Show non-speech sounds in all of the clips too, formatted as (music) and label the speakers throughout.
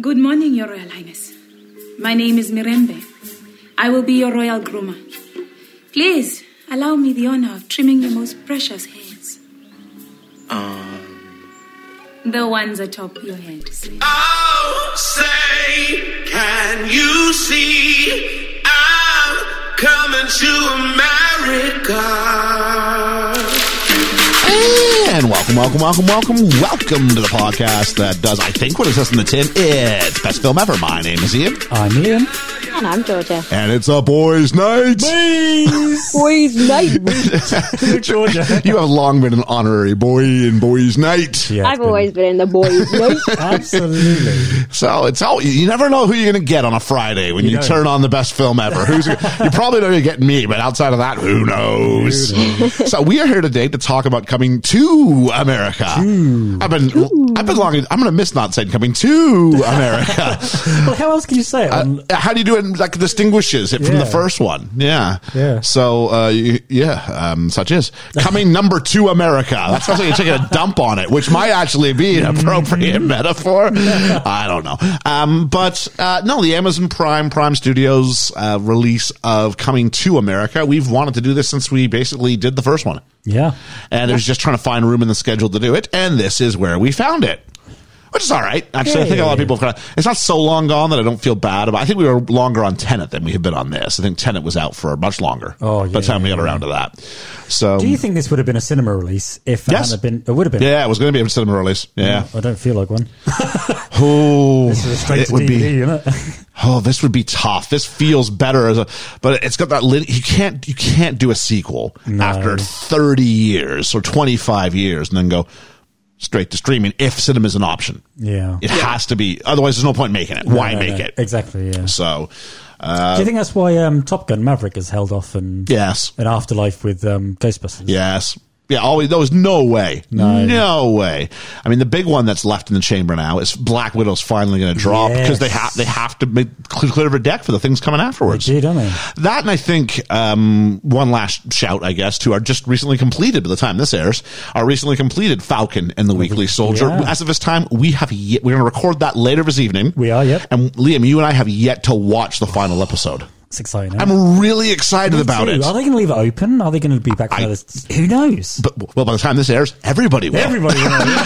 Speaker 1: Good morning, Your Royal Highness. My name is Mirembe. I will be your royal groomer. Please allow me the honor of trimming your most precious hairs. Um. The ones atop your head. sweet.
Speaker 2: Oh, say, can you see I'm coming to America?
Speaker 3: And welcome, welcome, welcome, welcome, welcome to the podcast that does, I think, what is this in the tin? It's Best Film Ever. My name is Ian.
Speaker 4: I'm Ian.
Speaker 5: And I'm Georgia.
Speaker 3: And it's a boys' (laughs) night.
Speaker 4: Please.
Speaker 5: Boys, night.
Speaker 4: Georgia.
Speaker 3: (laughs) You have long been an honorary boy in boys' night.
Speaker 4: Yeah, it's
Speaker 5: I've
Speaker 4: been-
Speaker 5: always been in
Speaker 3: (laughs)
Speaker 5: the boys' night.
Speaker 4: Absolutely.
Speaker 3: So it's all, you never know who you're going to get on a Friday when you,
Speaker 4: You don't.
Speaker 3: turn on the best film ever. Who's, (laughs) you probably know you're getting me, but outside of that, who knows? (laughs) so we are here today to talk about coming to America. I've been, I've been longing, I'm going to miss not saying coming to (laughs) America.
Speaker 4: Well, how else can you say it?
Speaker 3: Uh, how do you do it? Like distinguishes it from
Speaker 4: Yeah.
Speaker 3: the first one. Yeah.
Speaker 4: Yeah.
Speaker 3: So uh, y- yeah, um, such is coming number two America. That sounds like you're taking a dump on it, which might actually be an
Speaker 4: (laughs)
Speaker 3: appropriate metaphor. I don't know. Um, but uh, no, the Amazon Prime Prime Studios uh, release of Coming to America. We've wanted to do this since we basically did the first one,
Speaker 4: yeah.
Speaker 3: and it was just trying to find room in the schedule to do it. And this is where we found it. Which is all right. Actually, I think a lot of
Speaker 4: Yay.
Speaker 3: people have kind of, it's not so long gone that I don't feel bad about I think we were longer on Tenet than we have been on this. I think Tenet was out for much longer
Speaker 4: Oh,
Speaker 3: by the
Speaker 4: yeah,
Speaker 3: time we got around to that. So,
Speaker 4: Do you think this would have been a cinema release if
Speaker 3: Um, Yes.
Speaker 4: it had been? It would have been.
Speaker 3: yeah, it was going to be a cinema release. Yeah.
Speaker 4: I don't feel like
Speaker 3: (laughs)
Speaker 4: one.
Speaker 3: Oh,
Speaker 4: This is straight
Speaker 3: it
Speaker 4: to
Speaker 3: would
Speaker 4: DVD,
Speaker 3: be,
Speaker 4: isn't it? (laughs)
Speaker 3: oh, this would be tough. This feels better as a, but it's got that, lit, you can't, you can't do a sequel after 30 years or 25 years and then go straight to streaming if cinema is an option.
Speaker 4: Yeah.
Speaker 3: It has to be. Otherwise, there's no point in making it. Why
Speaker 4: No, no,
Speaker 3: make
Speaker 4: no.
Speaker 3: it? Uh,
Speaker 4: Exactly. Yeah.
Speaker 3: So,
Speaker 4: Do you think that's why um, Top Gun Maverick has held off and
Speaker 3: yes,
Speaker 4: an afterlife with um, Ghostbusters?
Speaker 3: yes. Yeah, always. There was no way. No. way. I mean, the big one that's left in the chamber now is Black Widow's finally going to drop because they
Speaker 4: Yes.
Speaker 3: have they have to make clear, clear a deck for the things coming afterwards.
Speaker 4: Gee, don't they?
Speaker 3: That and I think um, one last shout, I guess, to our just recently completed by the time this airs, our recently completed Falcon and the Weekly Soldier.
Speaker 4: Mm-hmm. yeah.
Speaker 3: As of this time, we have yet, we're going to record that later this evening.
Speaker 4: We are, yep.
Speaker 3: And Liam, you and I have yet to watch the final episode.
Speaker 4: It's exciting. isn't it?
Speaker 3: I'm really excited
Speaker 4: Me
Speaker 3: about
Speaker 4: too.
Speaker 3: it.
Speaker 4: Are they going to leave it open? Are they going to be back for
Speaker 3: I-
Speaker 4: another? s- Who knows?
Speaker 3: But well, by the time this airs, everybody will.
Speaker 4: Everybody. will know.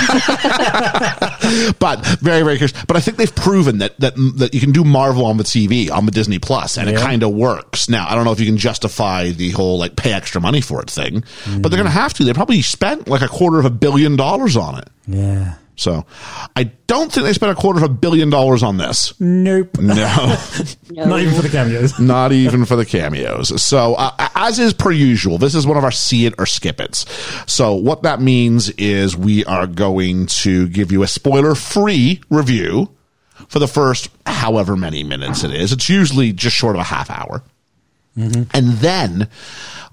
Speaker 3: But very, very curious. But I think they've proven that that that you can do Marvel on the TV on the Disney Plus, and it
Speaker 4: Yeah.
Speaker 3: kind of works. Now, I don't know if you can justify the whole like pay extra money for it thing, but they're going to have to. They probably spent like a quarter of a billion dollars on it.
Speaker 4: (laughs) yeah.
Speaker 3: So I don't think they spent a quarter of a billion dollars on this.
Speaker 4: Nope.
Speaker 3: No.
Speaker 4: Not even for the cameos.
Speaker 3: Not even for the cameos. So, uh, as is per usual, this is one of our see it or skip it's. So, what that means is we are going to give you a spoiler free review for the first however many minutes it is. It's usually just short of a half hour. And then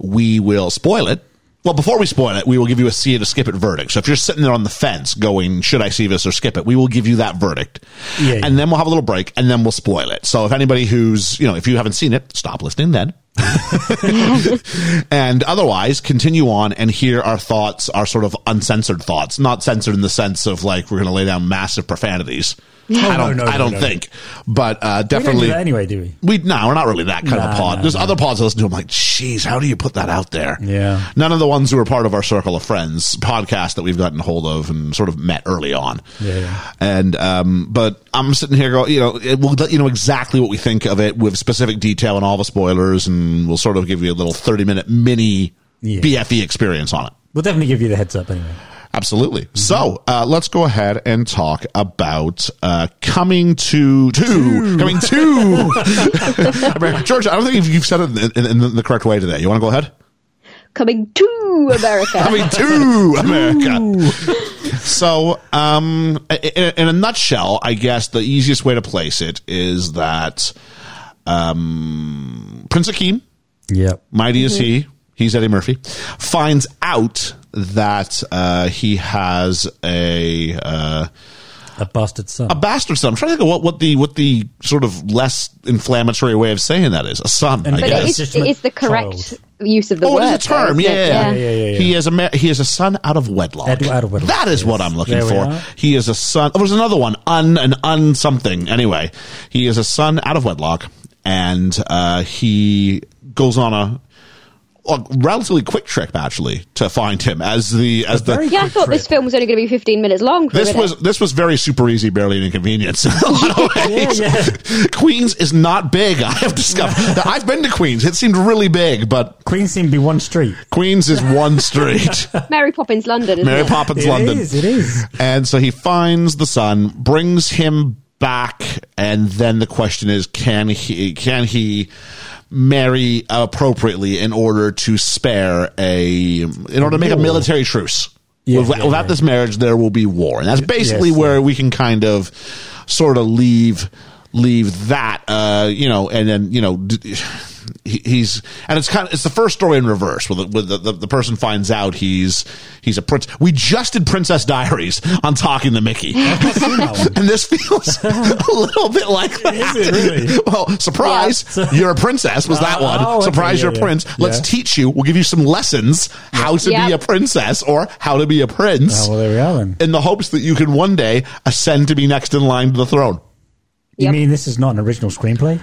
Speaker 3: we will spoil it. Well, before we spoil it, we will give you a see it or skip it verdict. So if you're sitting there on the fence going, should I see this or skip it? We will give you that verdict.
Speaker 4: Yeah, yeah.
Speaker 3: And then we'll have a little break and then we'll spoil it. So if anybody who's, you know, if you haven't seen it, stop listening then. (laughs) and otherwise, continue on and hear our thoughts, our sort of uncensored thoughts, not censored in the sense of like we're going to lay down massive profanities. I
Speaker 4: no,
Speaker 3: don't,
Speaker 4: no,
Speaker 3: I
Speaker 4: no,
Speaker 3: don't
Speaker 4: no.
Speaker 3: think, but uh,
Speaker 4: We don't
Speaker 3: definitely
Speaker 4: do that anyway, do we?
Speaker 3: we no, we're not really that kind of a
Speaker 4: Nah,
Speaker 3: pod.
Speaker 4: nah,
Speaker 3: There's
Speaker 4: nah.
Speaker 3: other pods I listen to. I'm like, jeez, how do you put that out there?
Speaker 4: Yeah.
Speaker 3: None of the ones who are part of our circle of friends podcast that we've gotten hold of and sort of met early on.
Speaker 4: Yeah, yeah.
Speaker 3: And um, but I'm sitting here going, you know, it will let you know exactly what we think of it with specific detail and all the spoilers, and we'll sort of give you a little 30 minute mini
Speaker 4: Yeah.
Speaker 3: BFE experience on it.
Speaker 4: We'll definitely give you the heads up anyway.
Speaker 3: Absolutely. So uh, let's go ahead and talk about uh, coming to to coming (laughs) to America. George. I don't think you've, you've said it in, in, in the correct way today. You want to go ahead?
Speaker 5: Coming to America.
Speaker 3: Coming to (laughs) America. So, um, in, in a nutshell, I guess the easiest way to place it is that um, Prince Akeem,
Speaker 4: Yep.
Speaker 3: Mighty is he. He's Eddie Murphy. Finds out that uh, he has a uh,
Speaker 4: A bastard son.
Speaker 3: a bastard son. I'm trying to think of what, what the what the sort of less inflammatory way of saying that is. A son,
Speaker 4: And-
Speaker 3: I
Speaker 5: But
Speaker 4: Yeah,
Speaker 3: guess.
Speaker 5: it's,
Speaker 4: it's
Speaker 5: it's,
Speaker 4: just
Speaker 5: the correct
Speaker 4: child.
Speaker 5: use of the
Speaker 3: oh,
Speaker 5: word.
Speaker 3: it's a term.
Speaker 5: though,
Speaker 3: Yeah,
Speaker 5: isn't it?
Speaker 3: yeah.
Speaker 4: yeah, yeah, yeah.
Speaker 3: He is a ma- he is a son out of wedlock.
Speaker 4: Edu- out of wedlock,
Speaker 3: That is what
Speaker 4: yes.
Speaker 3: I'm looking
Speaker 4: There we
Speaker 3: for.
Speaker 4: are.
Speaker 3: He is a son. There was another one, un an un something. Anyway, he is a son out of wedlock, and uh, he goes on a. A relatively quick trip, actually, to find him as the as the
Speaker 4: very
Speaker 5: Yeah, I thought this film was only going to be 15 minutes long. for a
Speaker 3: This
Speaker 5: minute.
Speaker 3: was this was very super easy, barely an inconvenience. (laughs) in a lot of ways.
Speaker 4: (laughs) Yeah,
Speaker 3: Queens is not big. I have
Speaker 4: (laughs)
Speaker 3: discovered. Now, I've been to Queens. It seemed really big, but
Speaker 4: Queen seemed to be one street.
Speaker 3: Queens is one
Speaker 4: (laughs)
Speaker 3: street.
Speaker 5: Mary Poppins London, isn't
Speaker 3: Mary
Speaker 5: it?
Speaker 3: Poppins,
Speaker 4: It
Speaker 3: London.
Speaker 4: is, it is.
Speaker 3: And so he finds the son, brings him back, and then the question is, can he can he marry appropriately in order to spare a in order to make a
Speaker 4: War.
Speaker 3: military truce?
Speaker 4: Yeah,
Speaker 3: Without,
Speaker 4: yeah,
Speaker 3: without
Speaker 4: yeah.
Speaker 3: this marriage, there will be war, and that's basically
Speaker 4: yes,
Speaker 3: where
Speaker 4: yeah.
Speaker 3: we can kind of sort of leave leave that uh you know and then you know d- he- he's and it's kind of it's the first story in reverse where the, where the, the, the person finds out he's he's a prince we just did princess diaries on talking to
Speaker 4: (laughs)
Speaker 3: mickey
Speaker 4: Oh,
Speaker 3: and this feels a little bit like that.
Speaker 4: it really?
Speaker 3: well surprise
Speaker 4: (laughs)
Speaker 3: you're a princess was that one?
Speaker 4: Oh, okay,
Speaker 3: surprise
Speaker 4: yeah,
Speaker 3: you're a
Speaker 4: yeah.
Speaker 3: prince let's
Speaker 4: Yeah.
Speaker 3: teach you we'll give you some lessons how to be
Speaker 5: Yeah.
Speaker 3: a princess or how to be a prince
Speaker 4: Oh, well, there we are then.
Speaker 3: in the hopes that you can one day ascend to be next in line to the throne.
Speaker 5: Yep.
Speaker 4: You mean this is not an original screenplay?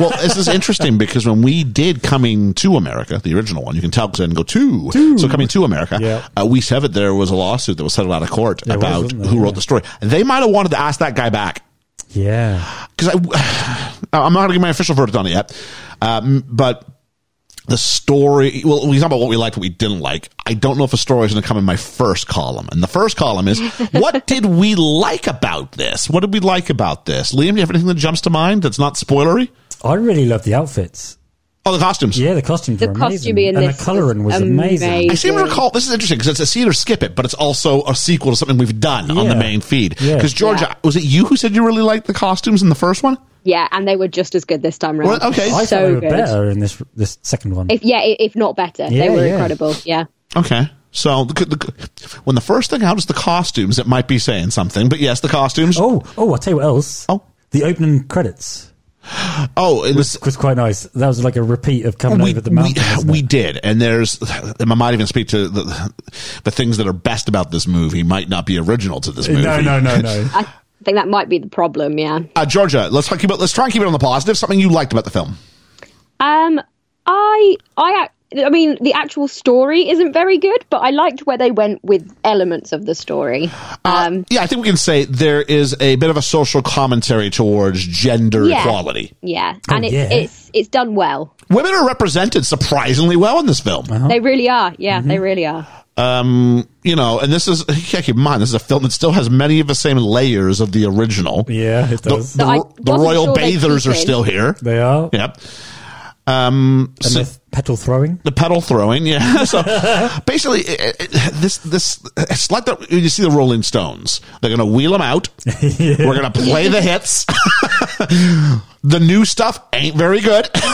Speaker 3: Well, this is interesting because when we did Coming to America, the original one, you can tell because I didn't go to. So Coming to America,
Speaker 4: Yeah.
Speaker 3: uh, we said that there was a lawsuit that was settled out of court
Speaker 4: There was,
Speaker 3: about
Speaker 4: wasn't there?
Speaker 3: who wrote
Speaker 4: Yeah.
Speaker 3: the story. They might have wanted to ask that guy back.
Speaker 4: Yeah.
Speaker 3: because I, (sighs) I'm not going to give my official verdict on it yet, um, but the story. Well, we talk about what we liked, what we didn't like. I don't know if a story is going to come in my first column, and the first column
Speaker 4: (laughs)
Speaker 3: is what did we like about this? What did we like about this? Liam, do you have anything that jumps to mind that's not spoilery?
Speaker 4: I really love the outfits.
Speaker 3: Oh, the costumes.
Speaker 4: Yeah, the costumes
Speaker 5: The
Speaker 4: were amazing.
Speaker 5: costuming in
Speaker 4: and
Speaker 5: this
Speaker 4: the colouring was
Speaker 5: was
Speaker 4: amazing.
Speaker 5: amazing.
Speaker 3: I seem to recall this is interesting because it's a see it or skip it, but it's also a sequel to something we've done on
Speaker 4: Yeah.
Speaker 3: the main feed.
Speaker 4: Yeah.
Speaker 3: Because Georgia,
Speaker 5: Yeah.
Speaker 3: was it you who said you really liked the costumes in the first one?
Speaker 5: Yeah, and they were just as good this time
Speaker 3: Well,
Speaker 5: round.
Speaker 3: okay.
Speaker 4: I thought they
Speaker 5: so
Speaker 4: were
Speaker 5: good.
Speaker 4: better in this this second one.
Speaker 5: If yeah, i- if not better,
Speaker 4: Yeah,
Speaker 5: they were
Speaker 4: yeah.
Speaker 5: incredible. Yeah.
Speaker 3: Okay. So the, the, when the first thing out is the costumes, it might be saying something. But yes, the costumes. Oh,
Speaker 4: oh, oh, I'll tell you what else.
Speaker 3: Oh.
Speaker 4: The opening credits
Speaker 3: it was.
Speaker 4: was quite nice. That was like a repeat of coming
Speaker 3: We,
Speaker 4: over the
Speaker 3: we,
Speaker 4: mountain. wasn't
Speaker 3: we
Speaker 4: it?
Speaker 3: did, and there's. I might even speak to the, the things that are best about this movie might not be original to this movie.
Speaker 4: no, no, no,
Speaker 5: (laughs)
Speaker 4: no.
Speaker 5: I think that might be the problem, yeah.
Speaker 3: Uh, Georgia, let's talk about, let's try and keep it on the positive. Something you liked about the film?
Speaker 5: Um I I ac- I mean the actual story isn't very good, but I liked where they went with elements of the story. Um
Speaker 3: Yeah, I think we can say there is a bit of a social commentary towards gender
Speaker 5: Yeah.
Speaker 3: equality.
Speaker 5: yeah, and it's
Speaker 4: Oh, yeah.
Speaker 5: it's it's done well.
Speaker 3: Women are represented surprisingly well in this film.
Speaker 4: Oh.
Speaker 5: They really are. Yeah, they
Speaker 4: Mm-hmm.
Speaker 5: really are.
Speaker 3: you know, and this is (laughs) yeah, keep in mind this is a film that still has many of the same layers of the original.
Speaker 4: Yeah, it
Speaker 3: the,
Speaker 4: does.
Speaker 3: the,
Speaker 5: So I
Speaker 3: the
Speaker 5: wasn't
Speaker 3: royal
Speaker 5: sure they'd
Speaker 3: bathers are
Speaker 5: keep it.
Speaker 3: still here.
Speaker 4: They are.
Speaker 3: Yep, Um,
Speaker 4: And the petal throwing.
Speaker 3: the pedal throwing. Yeah, (laughs)
Speaker 4: (laughs)
Speaker 3: so basically, it, it, this this it's like the, you see the Rolling Stones. They're gonna wheel them
Speaker 4: (laughs)
Speaker 3: out. We're gonna play the hits. (laughs) the new stuff ain't very good. (laughs)
Speaker 4: (laughs)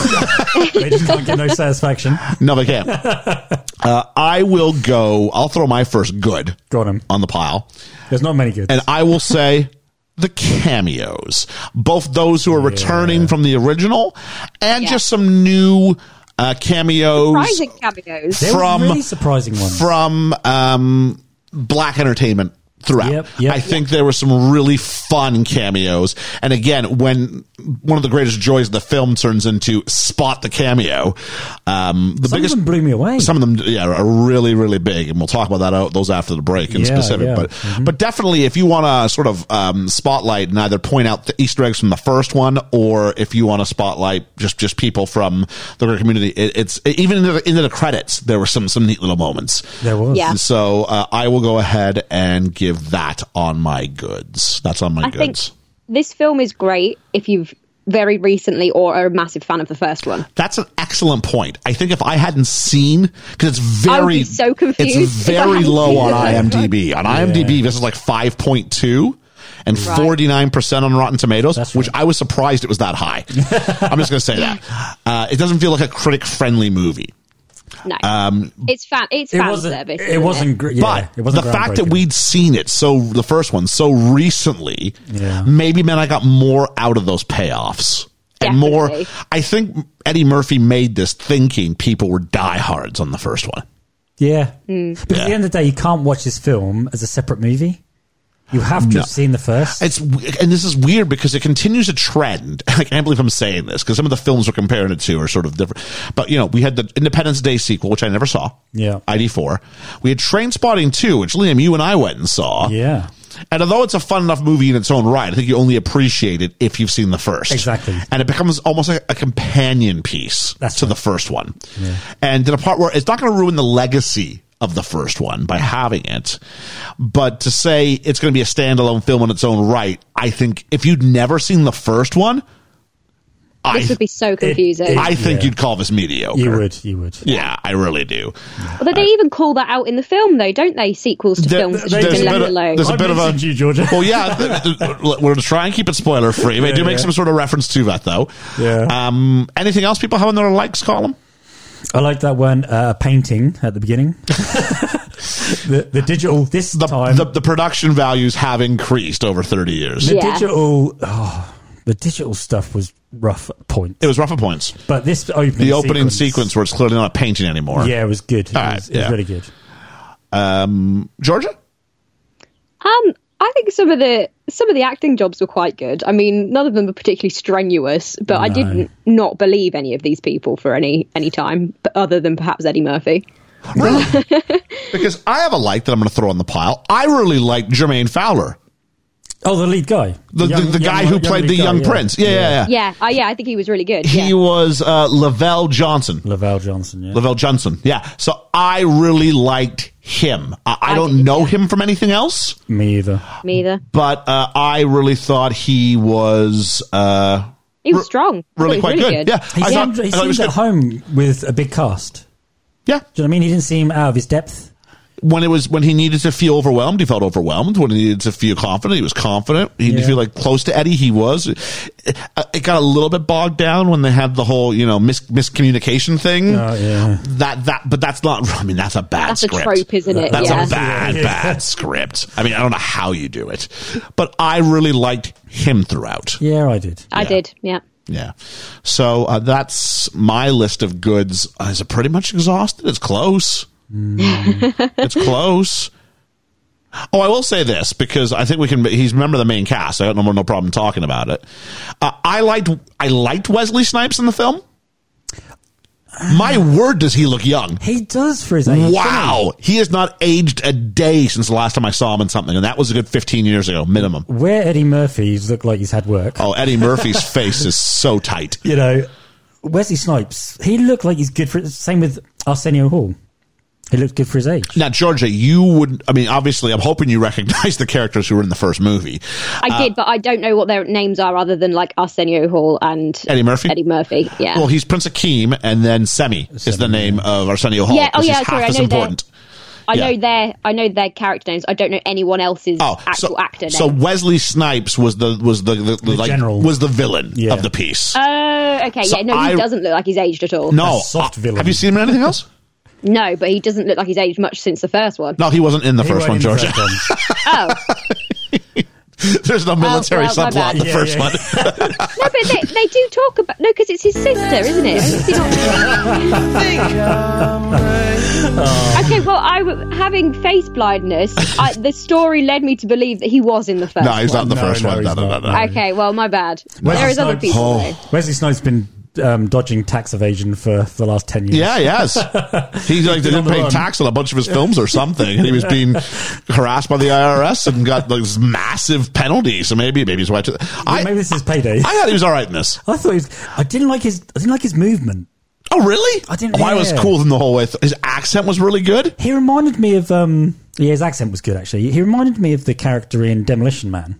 Speaker 4: They just can't get no satisfaction.
Speaker 3: no, they
Speaker 4: (laughs)
Speaker 3: can't. Uh, I will go. I'll throw my first good
Speaker 4: Got him.
Speaker 3: on the pile.
Speaker 4: There's not many good.
Speaker 3: and I will say the cameos, both those who are returning from the original and
Speaker 5: Yeah.
Speaker 3: just some new uh, cameos
Speaker 5: Surprising cameos.
Speaker 4: There were
Speaker 3: from-
Speaker 4: really surprising ones.
Speaker 3: from um, Black Entertainment throughout.
Speaker 4: Yep, yep.
Speaker 3: I think there were some really fun cameos. And again, when one of the greatest joys of the film turns into spot the cameo, um, the
Speaker 4: Some
Speaker 3: biggest
Speaker 4: of them blew me away.
Speaker 3: some of them yeah are really really big and we'll talk about that out those after the break in
Speaker 4: Yeah,
Speaker 3: specific
Speaker 4: yeah. Mm-hmm.
Speaker 3: but but definitely if you want to sort of um, spotlight and either point out the easter eggs from the first one or if you want to spotlight just just people from the greater community it, it's even into the, into the credits there were some some neat little moments
Speaker 4: there was.
Speaker 5: Yeah.
Speaker 3: and so uh, i will go ahead and give that on my goods that's on my
Speaker 5: I think
Speaker 3: goods
Speaker 5: this film is great if you've very recently or are a massive fan of the first one.
Speaker 3: That's an excellent point. I think if I hadn't seen, because it's
Speaker 5: I would
Speaker 3: very
Speaker 5: be so confused
Speaker 3: It's
Speaker 5: if I
Speaker 3: very
Speaker 5: hadn't
Speaker 3: low
Speaker 5: seen
Speaker 3: on
Speaker 5: the first
Speaker 3: IMDb. On IMDb, this is like five point two. And
Speaker 5: Right.
Speaker 3: forty nine percent on Rotten Tomatoes,
Speaker 4: That's
Speaker 3: which
Speaker 4: right.
Speaker 3: I was surprised it
Speaker 4: (laughs)
Speaker 3: was that high. I'm just going to say that uh, it doesn't feel like a critic friendly movie.
Speaker 5: No, um, it's fan. It's
Speaker 4: It
Speaker 5: fan
Speaker 4: wasn't.
Speaker 5: service.
Speaker 4: It
Speaker 5: isn't
Speaker 4: wasn't. gr- Yeah,
Speaker 3: But
Speaker 4: it wasn't
Speaker 3: the fact that
Speaker 4: groundbreaking.
Speaker 3: we'd seen it so the first one so recently,
Speaker 4: Yeah.
Speaker 3: maybe man, I got more out of those payoffs and more.
Speaker 5: Definitely.
Speaker 3: I think Eddie Murphy made this thinking people were diehards on the first one.
Speaker 4: Yeah. Because at the end of the day, you can't watch this film as a separate movie. You have to
Speaker 3: No.
Speaker 4: have seen the first.
Speaker 3: It's and this is weird because it continues a trend. (laughs) I can't believe I'm saying this because some of the films we're comparing it to are sort of different. But you know, we had the Independence Day sequel, which I never saw.
Speaker 4: Yeah.
Speaker 3: ID four. We had Train Spotting two, which Liam, you and I went and saw.
Speaker 4: yeah.
Speaker 3: And although it's a fun enough movie in its own right, I think you only appreciate it if you've seen the first.
Speaker 4: Exactly.
Speaker 3: And it becomes almost like a companion piece
Speaker 4: That's
Speaker 3: to
Speaker 4: right.
Speaker 3: the first one. And to the part where it's not going to ruin the legacy of the first one by having it, but to say it's going to be a standalone film in its own right, I think if you'd never seen the first one, I,
Speaker 5: This would be so confusing.
Speaker 4: it-
Speaker 3: I think
Speaker 4: Yeah.
Speaker 3: you'd call this mediocre.
Speaker 4: You would. You would.
Speaker 3: Yeah, I really do.
Speaker 5: Although they even call that out in the film, though, don't they? Sequels to
Speaker 3: There-
Speaker 5: films which
Speaker 4: they- uh,
Speaker 5: have
Speaker 4: there's
Speaker 5: been
Speaker 4: a
Speaker 5: left
Speaker 3: bit of-
Speaker 5: alone.
Speaker 3: there's a
Speaker 4: I
Speaker 3: bit of a-
Speaker 4: mentioned you, Georgia.
Speaker 3: Well, yeah, th-
Speaker 4: (laughs)
Speaker 3: th- th- we're gonna try and keep it spoiler free. They do make
Speaker 4: yeah.
Speaker 3: some sort of reference to that, though.
Speaker 4: Yeah.
Speaker 3: Um, anything else people have in their likes column?
Speaker 4: I like that one. Uh, painting at the beginning. (laughs) the, the digital this
Speaker 3: The,
Speaker 4: time.
Speaker 3: the the production values have increased over thirty years.
Speaker 4: the
Speaker 5: Yeah.
Speaker 4: digital. Oh, the digital stuff was rough at point.
Speaker 3: It was rougher points.
Speaker 4: But this opening.
Speaker 3: The opening sequence where it's clearly not a painting anymore.
Speaker 4: Yeah, it was good. It,
Speaker 3: All right,
Speaker 4: was, it was
Speaker 3: yeah.
Speaker 4: really good.
Speaker 3: Georgia.
Speaker 5: Um, I think some of the some of the acting jobs were quite good. I mean, none of them were particularly strenuous, but I
Speaker 4: No.
Speaker 5: didn't not believe any of these people for any any time, but other than perhaps Eddie Murphy. (laughs)
Speaker 3: Really? because I have a like that I'm going to throw on the pile. I really like Jermaine Fowler,
Speaker 4: Oh, the lead guy.
Speaker 3: the the, the guy who played the young prince. Yeah, yeah, yeah.
Speaker 5: Yeah, uh, yeah, I think he was really good.
Speaker 3: He
Speaker 5: Yeah.
Speaker 3: was uh, Lavelle Johnson.
Speaker 4: Lavelle Johnson. Yeah.
Speaker 3: Lavelle Johnson. Yeah. So I really liked him. I, I
Speaker 5: I
Speaker 3: don't
Speaker 5: did,
Speaker 3: know
Speaker 5: yeah.
Speaker 3: him from anything else,
Speaker 4: Me either.
Speaker 5: Me either.
Speaker 3: but uh, I really thought he was uh,
Speaker 5: He
Speaker 3: re-
Speaker 5: was strong. I
Speaker 3: Really
Speaker 5: thought
Speaker 3: quite
Speaker 5: he was
Speaker 3: good. Yeah.
Speaker 4: He
Speaker 3: I
Speaker 4: seemed,
Speaker 3: thought- I
Speaker 4: he
Speaker 3: thought it was
Speaker 4: seemed at
Speaker 3: good.
Speaker 4: home with a big cast.
Speaker 3: Yeah.
Speaker 4: Do you know what I mean? He didn't seem out of his depth.
Speaker 3: When it was when he needed to feel overwhelmed, he felt overwhelmed. When he needed to feel confident, he was confident. He needed to
Speaker 4: Yeah.
Speaker 3: feel like close to Eddie. He was. It, it got a little bit bogged down when they had the whole you know mis- miscommunication thing.
Speaker 4: Oh, yeah.
Speaker 3: That that but that's not. (laughs) I mean that's a bad
Speaker 5: That's a
Speaker 3: script.
Speaker 5: trope, isn't it?
Speaker 3: That's
Speaker 5: yeah.
Speaker 3: a bad, bad script. I mean, I don't know how you do it, but I really liked him throughout.
Speaker 4: Yeah, I did.
Speaker 5: I did. Yeah.
Speaker 3: Yeah. So uh, that's my list of goods. Uh, is it pretty much exhausted? It's close.
Speaker 5: Mm.
Speaker 3: it's close. Oh, I will say this because I think we can. He's a member of the main cast. I got no no problem talking about it. Uh, I liked I liked Wesley Snipes in the film. My word, does he look young?
Speaker 4: He does for his age. doesn't he?
Speaker 3: Wow, he has not aged a day since the last time I saw him in something, and that was a good fifteen years ago, minimum.
Speaker 4: Where Eddie Murphy's looked like he's had work.
Speaker 3: Oh, Eddie
Speaker 5: (laughs)
Speaker 3: Murphy's face is so tight.
Speaker 4: You know, Wesley Snipes, he looked like he's good for Same with Arsenio Hall. He looked good for his age.
Speaker 3: Now, Georgia, you would. I mean, obviously, I'm hoping you recognize the characters who were in the first movie.
Speaker 5: I did, but I don't know what their names are other than like Arsenio Hall and
Speaker 3: Eddie Murphy?
Speaker 5: Eddie Murphy. Yeah.
Speaker 3: Well, he's Prince Akeem, and then Semi is the name of Arsenio Hall.
Speaker 5: Yeah, oh,
Speaker 3: which
Speaker 5: yeah,
Speaker 3: is
Speaker 5: sorry, I
Speaker 3: half as
Speaker 5: know that.
Speaker 3: important.
Speaker 5: I
Speaker 3: yeah.
Speaker 5: know their I know their character names. I don't know anyone else's
Speaker 3: Oh,
Speaker 5: actual
Speaker 3: so,
Speaker 5: actor name.
Speaker 3: so Wesley Snipes was the was the, the, like,
Speaker 4: general.
Speaker 3: was the villain
Speaker 4: Yeah.
Speaker 3: of the piece.
Speaker 5: Oh, okay.
Speaker 3: So
Speaker 5: yeah, no, he
Speaker 3: I-
Speaker 5: doesn't look like he's aged at all.
Speaker 3: no,
Speaker 4: a soft
Speaker 3: uh,
Speaker 4: villain.
Speaker 3: Have you seen him in anything else?
Speaker 5: No, but he doesn't look like he's aged much since the first one.
Speaker 3: No, he wasn't in the
Speaker 4: He
Speaker 3: first
Speaker 4: weren't
Speaker 3: one,
Speaker 4: in the
Speaker 3: Georgia.
Speaker 4: first one.
Speaker 3: (laughs)
Speaker 5: Oh,
Speaker 3: There's no military
Speaker 5: well, my
Speaker 3: subplot
Speaker 5: bad.
Speaker 3: in the
Speaker 4: Yeah,
Speaker 3: first
Speaker 4: yeah.
Speaker 3: one.
Speaker 5: no, but they, they do talk about no, because it's his sister, isn't it? Is he not- okay, well, I w- having face blindness. I, the story led me to believe that he was in the
Speaker 3: (laughs)
Speaker 5: first.
Speaker 3: No, he's not
Speaker 5: one.
Speaker 3: in the
Speaker 4: No,
Speaker 3: first
Speaker 4: no,
Speaker 3: one. No,
Speaker 4: he's
Speaker 3: no, no,
Speaker 4: not.
Speaker 3: no.
Speaker 5: Okay, well, my bad.
Speaker 4: Wesley
Speaker 5: there is other
Speaker 4: Snipes-
Speaker 5: people.
Speaker 3: Oh. (laughs)
Speaker 5: though.
Speaker 4: Wesley Snipes been um, dodging tax evasion for, for the last 10 years.
Speaker 3: Yeah,
Speaker 4: (laughs)
Speaker 3: yes. He's like
Speaker 4: been
Speaker 3: didn't
Speaker 4: on the
Speaker 3: pay
Speaker 4: run.
Speaker 3: tax on a bunch of his films or something, and he was being harassed by the IRS and got those massive penalties. So maybe, maybe he's why. I,
Speaker 4: Maybe this is payday.
Speaker 3: I
Speaker 4: I,
Speaker 3: thought he was all right in this.
Speaker 4: thought he was, I didn't like his I didn't like his movement.
Speaker 3: Oh, really?
Speaker 4: I didn't-
Speaker 3: Oh, I was
Speaker 4: yeah.
Speaker 3: cool with him the whole way. th- His accent was really good.
Speaker 4: He reminded me of um yeah, his accent was good actually. He reminded me of the character in Demolition Man.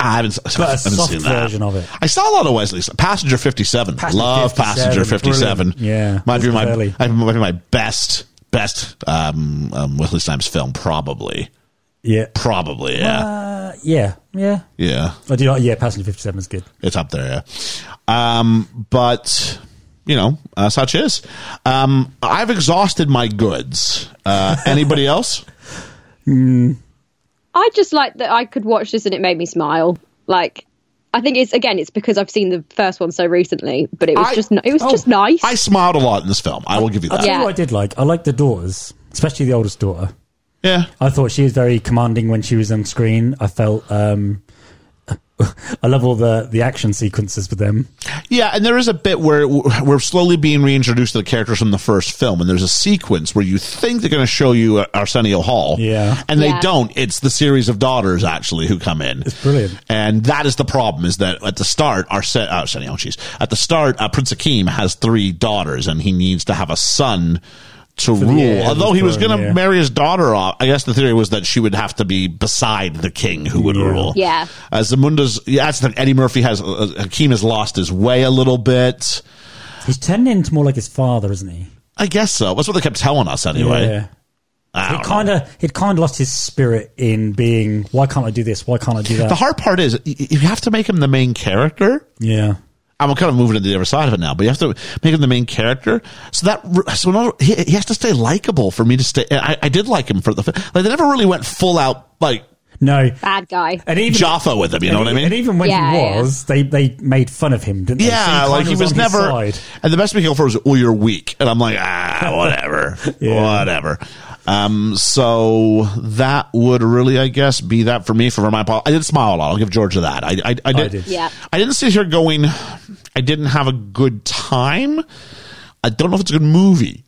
Speaker 3: I haven't, I
Speaker 4: But a
Speaker 3: haven't
Speaker 4: soft
Speaker 3: seen that
Speaker 4: version of it.
Speaker 3: I saw a lot of Wesley's Passenger Fifty Seven.
Speaker 4: Passenger
Speaker 3: Love
Speaker 4: 57,
Speaker 3: Passenger Fifty Seven.
Speaker 4: brilliant. Yeah,
Speaker 3: might be
Speaker 4: that's
Speaker 3: my
Speaker 4: early.
Speaker 3: I- might be my best best um, um, Wesley Snipes film probably.
Speaker 4: Yeah.
Speaker 3: Probably, yeah,
Speaker 4: Uh, yeah. Yeah.
Speaker 3: yeah.
Speaker 4: I do like, yeah, Passenger 57 is good.
Speaker 3: It's up there, yeah. Um, but you know, uh, such is. Um, I've exhausted my goods. Uh, anybody (laughs) else?
Speaker 5: I just like that I could watch this and it made me smile. Like, I think it's again, it's because I've seen the first one so recently, but it was
Speaker 3: I-
Speaker 5: just ni- it was just nice.
Speaker 3: I smiled a lot in this film. I will give you
Speaker 4: I'll
Speaker 3: that.
Speaker 4: tell you
Speaker 5: Yeah.
Speaker 4: what I did like. I liked the daughters, especially the oldest daughter.
Speaker 3: Yeah.
Speaker 4: I thought she was very commanding when she was on screen. I felt um, (laughs) I love all the the action sequences with them.
Speaker 3: Yeah, and there is a bit where we're slowly being reintroduced to the characters from the first film, and there's a sequence where you think they're going to show you uh, Arsenio Hall,
Speaker 4: Yeah.
Speaker 3: and they
Speaker 5: Yeah.
Speaker 3: don't. It's the series of daughters actually who come in. It's
Speaker 4: brilliant.
Speaker 3: and that is the problem: is that at the start, Arsen- Arsenio, jeez, at the start, uh, Prince Akeem has three daughters, and he needs to have a son. To rule,
Speaker 4: heir of the
Speaker 3: although he was
Speaker 4: throne,
Speaker 3: going to
Speaker 4: yeah.
Speaker 3: marry his daughter off, I guess the theory was that she would have to be beside the king who would rule.
Speaker 5: Yeah.
Speaker 3: Uh, Zamunda's, yeah, that's the thing. Eddie Murphy has, uh, Hakeem has lost his way a little bit.
Speaker 4: He's turning into more like his father, isn't he?
Speaker 3: I guess so. That's what they kept telling us anyway. I
Speaker 4: He
Speaker 3: don't know.
Speaker 4: kind of he'd kind of lost his spirit in being. Why can't I do this? Why can't I do that?
Speaker 3: The hard part is y- you have to make him the main character.
Speaker 4: yeah,
Speaker 3: I'm kind of moving to the other side of it now, but you have to make him the main character. So that, so another, he, he has to stay likable for me to stay. I, I did like him for the, like they never really went full out like
Speaker 4: no,
Speaker 5: Bad guy.
Speaker 4: and even
Speaker 3: Jaffa with him. You know
Speaker 4: and,
Speaker 3: what I
Speaker 4: And
Speaker 3: mean?
Speaker 4: even when
Speaker 5: Yeah,
Speaker 4: he
Speaker 5: yeah.
Speaker 4: was, they they made fun of him, didn't they? So
Speaker 3: Yeah,
Speaker 4: kinda
Speaker 3: like he was,
Speaker 4: on his
Speaker 3: never.
Speaker 4: side.
Speaker 3: And the best we can go for is, "Oh, you're weak," and I'm like,
Speaker 4: (laughs)
Speaker 3: ah, whatever,
Speaker 4: Yeah.
Speaker 3: whatever. Um, so that would really, I guess, be that for me. For my, pol- I did smile a lot. I'll give Georgia that. I, I, I did.
Speaker 4: did.
Speaker 5: Yeah.
Speaker 3: I didn't sit here going. I didn't have a good time. I don't know if it's a good movie.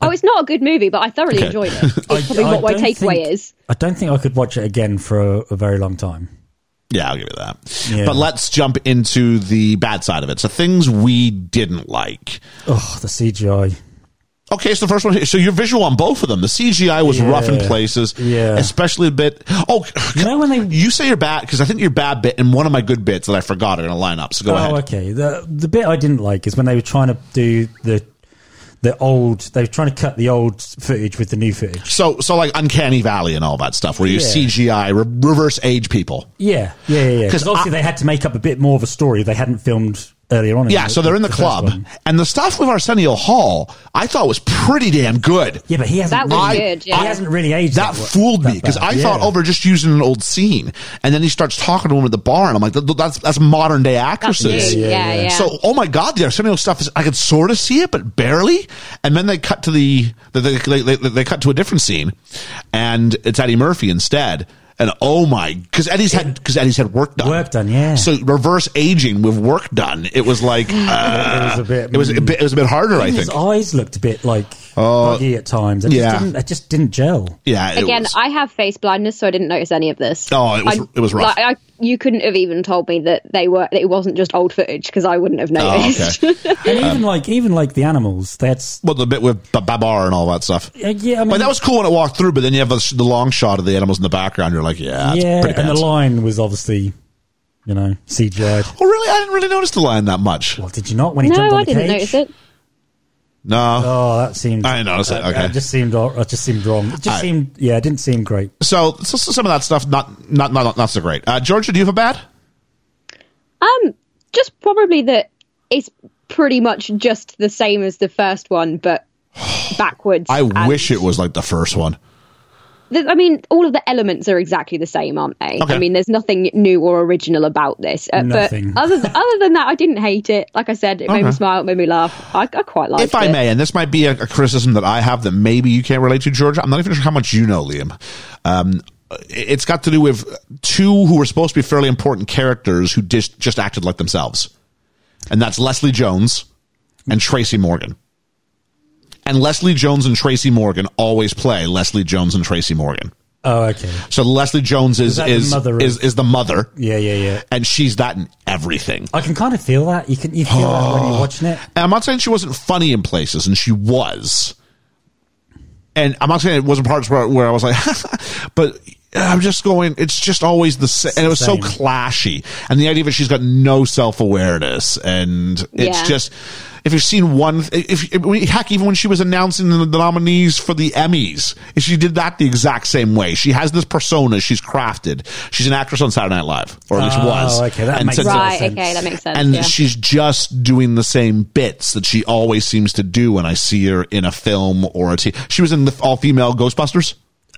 Speaker 5: Oh, it's not a good movie, but I thoroughly
Speaker 3: Okay.
Speaker 5: enjoyed it. It's probably
Speaker 4: I
Speaker 5: what my
Speaker 4: don't
Speaker 5: takeaway
Speaker 4: think-
Speaker 5: is.
Speaker 4: I don't think I could watch it again for a, a very long time.
Speaker 3: Yeah, I'll give you that.
Speaker 4: Yeah.
Speaker 3: But let's jump into the bad side of it. So things we didn't like.
Speaker 4: Oh, the CGI.
Speaker 3: Okay, so the first one. So you're visual on both of them. The CGI was
Speaker 4: Yeah.
Speaker 3: rough in places,
Speaker 4: Yeah.
Speaker 3: especially a bit. Oh,
Speaker 4: You know when they-
Speaker 3: you say your bad because I think your bad bit and one of my good bits that I forgot are going to line up. So go
Speaker 4: oh,
Speaker 3: ahead.
Speaker 4: okay. The the bit I didn't like is when they were trying to do the the old. They were trying to cut the old footage with the new footage.
Speaker 3: So so like Uncanny Valley and all that stuff where you
Speaker 4: Yeah.
Speaker 3: CGI re- reverse age people.
Speaker 4: Yeah, yeah, yeah.
Speaker 3: 'Cause
Speaker 4: Because obviously
Speaker 3: I-
Speaker 4: they had to make up a bit more of a story they hadn't filmed earlier on. in
Speaker 3: Yeah, so they're in the,
Speaker 4: first
Speaker 3: club
Speaker 4: one.
Speaker 3: and the stuff with Arsenio Hall I thought was pretty damn good.
Speaker 4: Yeah, but he hasn't.
Speaker 5: That was
Speaker 4: really-
Speaker 5: good, yeah.
Speaker 4: He hasn't really aged.
Speaker 3: That
Speaker 4: wa-
Speaker 3: fooled me
Speaker 4: that
Speaker 3: because
Speaker 4: bad.
Speaker 3: I thought,
Speaker 4: Yeah.
Speaker 3: oh, they're just using an old scene, and then he starts talking to him at the bar, and I'm like, "Th- that's that's modern day
Speaker 5: That's
Speaker 3: actresses.
Speaker 5: new. Yeah, yeah.
Speaker 3: So, oh my God, the Arsenio stuff is, I could sort of see it, but barely. And then they cut to the, they, they, they, they cut to a different scene and it's Eddie Murphy instead. And oh my, cause Eddie's had, cause Eddie's had work done.
Speaker 4: Work done, yeah.
Speaker 3: So reverse aging with work done. It was like, uh,
Speaker 4: (sighs) it was a bit. mm.
Speaker 3: it was a bit, it was a bit harder, I
Speaker 4: Even
Speaker 3: think.
Speaker 4: His eyes looked a bit like buggy at times. It
Speaker 3: Uh, yeah.
Speaker 4: just didn't, it just didn't
Speaker 5: (laughs)
Speaker 4: gel.
Speaker 3: Yeah. it
Speaker 5: Again,
Speaker 3: was.
Speaker 5: I have face blindness, so I didn't notice any of this.
Speaker 3: Oh, it was-
Speaker 5: I-
Speaker 3: it was rough.
Speaker 5: Like, I, you couldn't have even told me that they were. That it wasn't just old footage because I wouldn't have
Speaker 3: Oh,
Speaker 5: (laughs) noticed.
Speaker 3: okay.
Speaker 4: And even like even like the animals, they had. s-
Speaker 3: Well, the bit with B- Babar and all that stuff.
Speaker 4: Uh, yeah, I mean,
Speaker 3: But that was cool when it walked through, but then you have the, sh- the long shot of the animals in the background. You're like, yeah, that's
Speaker 4: yeah,
Speaker 3: pretty
Speaker 4: and the
Speaker 3: bad.
Speaker 4: line was obviously, you know, CGI'd.
Speaker 3: Oh, really? I didn't really notice the line that much.
Speaker 4: Well, did you not when he jumped
Speaker 5: no,
Speaker 4: on
Speaker 5: I
Speaker 4: the
Speaker 5: didn't
Speaker 4: cage?
Speaker 5: notice it.
Speaker 3: No.
Speaker 4: Oh, that seemed.
Speaker 3: I didn't notice it,
Speaker 4: uh,
Speaker 3: okay.
Speaker 4: it just seemed. It just seemed wrong. It just
Speaker 3: All right.
Speaker 4: seemed. Yeah, it didn't seem great.
Speaker 3: so, so so some of that stuff not not not not so great. Uh, Georgia, do you have a bad?
Speaker 5: Um, just probably that it's pretty much just the same as the first
Speaker 3: (sighs)
Speaker 5: one, but backwards.
Speaker 3: I
Speaker 5: and-
Speaker 3: wish it was like the first one.
Speaker 5: Th- I mean, all of the elements are exactly the same, aren't they?
Speaker 3: Okay.
Speaker 5: I mean, there's nothing new or original about this. Uh, but
Speaker 4: Nothing.
Speaker 5: other th- other than that, I didn't hate it. Like I said, it made
Speaker 3: Okay.
Speaker 5: me smile, it made me laugh. I, I quite liked
Speaker 3: If I
Speaker 5: it.
Speaker 3: may, and this might be a, a criticism that I have that maybe you can't relate to, Georgia. I'm not even sure how much you know, Liam. Um, it's got to do with two who were supposed to be fairly important characters who just just acted like themselves, and that's Leslie Jones and Tracy Morgan. And Leslie Jones and Tracy Morgan always play Leslie Jones and Tracy Morgan.
Speaker 4: Oh, okay.
Speaker 3: So Leslie Jones is
Speaker 4: that the
Speaker 3: is
Speaker 4: mother of-
Speaker 3: is, is the mother.
Speaker 4: Yeah, yeah, yeah.
Speaker 3: and she's that in everything.
Speaker 4: I can kind of feel that. You can. You feel that when
Speaker 3: (sighs)
Speaker 4: you're watching it.
Speaker 3: And I'm not saying she wasn't funny in places, and she was. And I'm not saying it wasn't parts where, where I was like, (laughs) but I'm just going. It's just always the same, and it was so
Speaker 4: Same.
Speaker 3: clashy. And the idea that she's got no self awareness, and it's
Speaker 5: Yeah.
Speaker 3: just if you've seen one, if, if we- heck, even when she was announcing the nominees for the Emmys, she did that the exact same way. She has this persona she's crafted. She's an actress on Saturday Night Live, or at least
Speaker 4: Oh,
Speaker 3: was.
Speaker 4: okay, that
Speaker 3: and
Speaker 4: makes
Speaker 3: since-
Speaker 4: sense.
Speaker 5: Right, okay, that makes sense.
Speaker 3: and
Speaker 5: yeah.
Speaker 3: she's just doing the same bits that she always seems to do when I see her in a film or a t- she was in the all female Ghostbusters.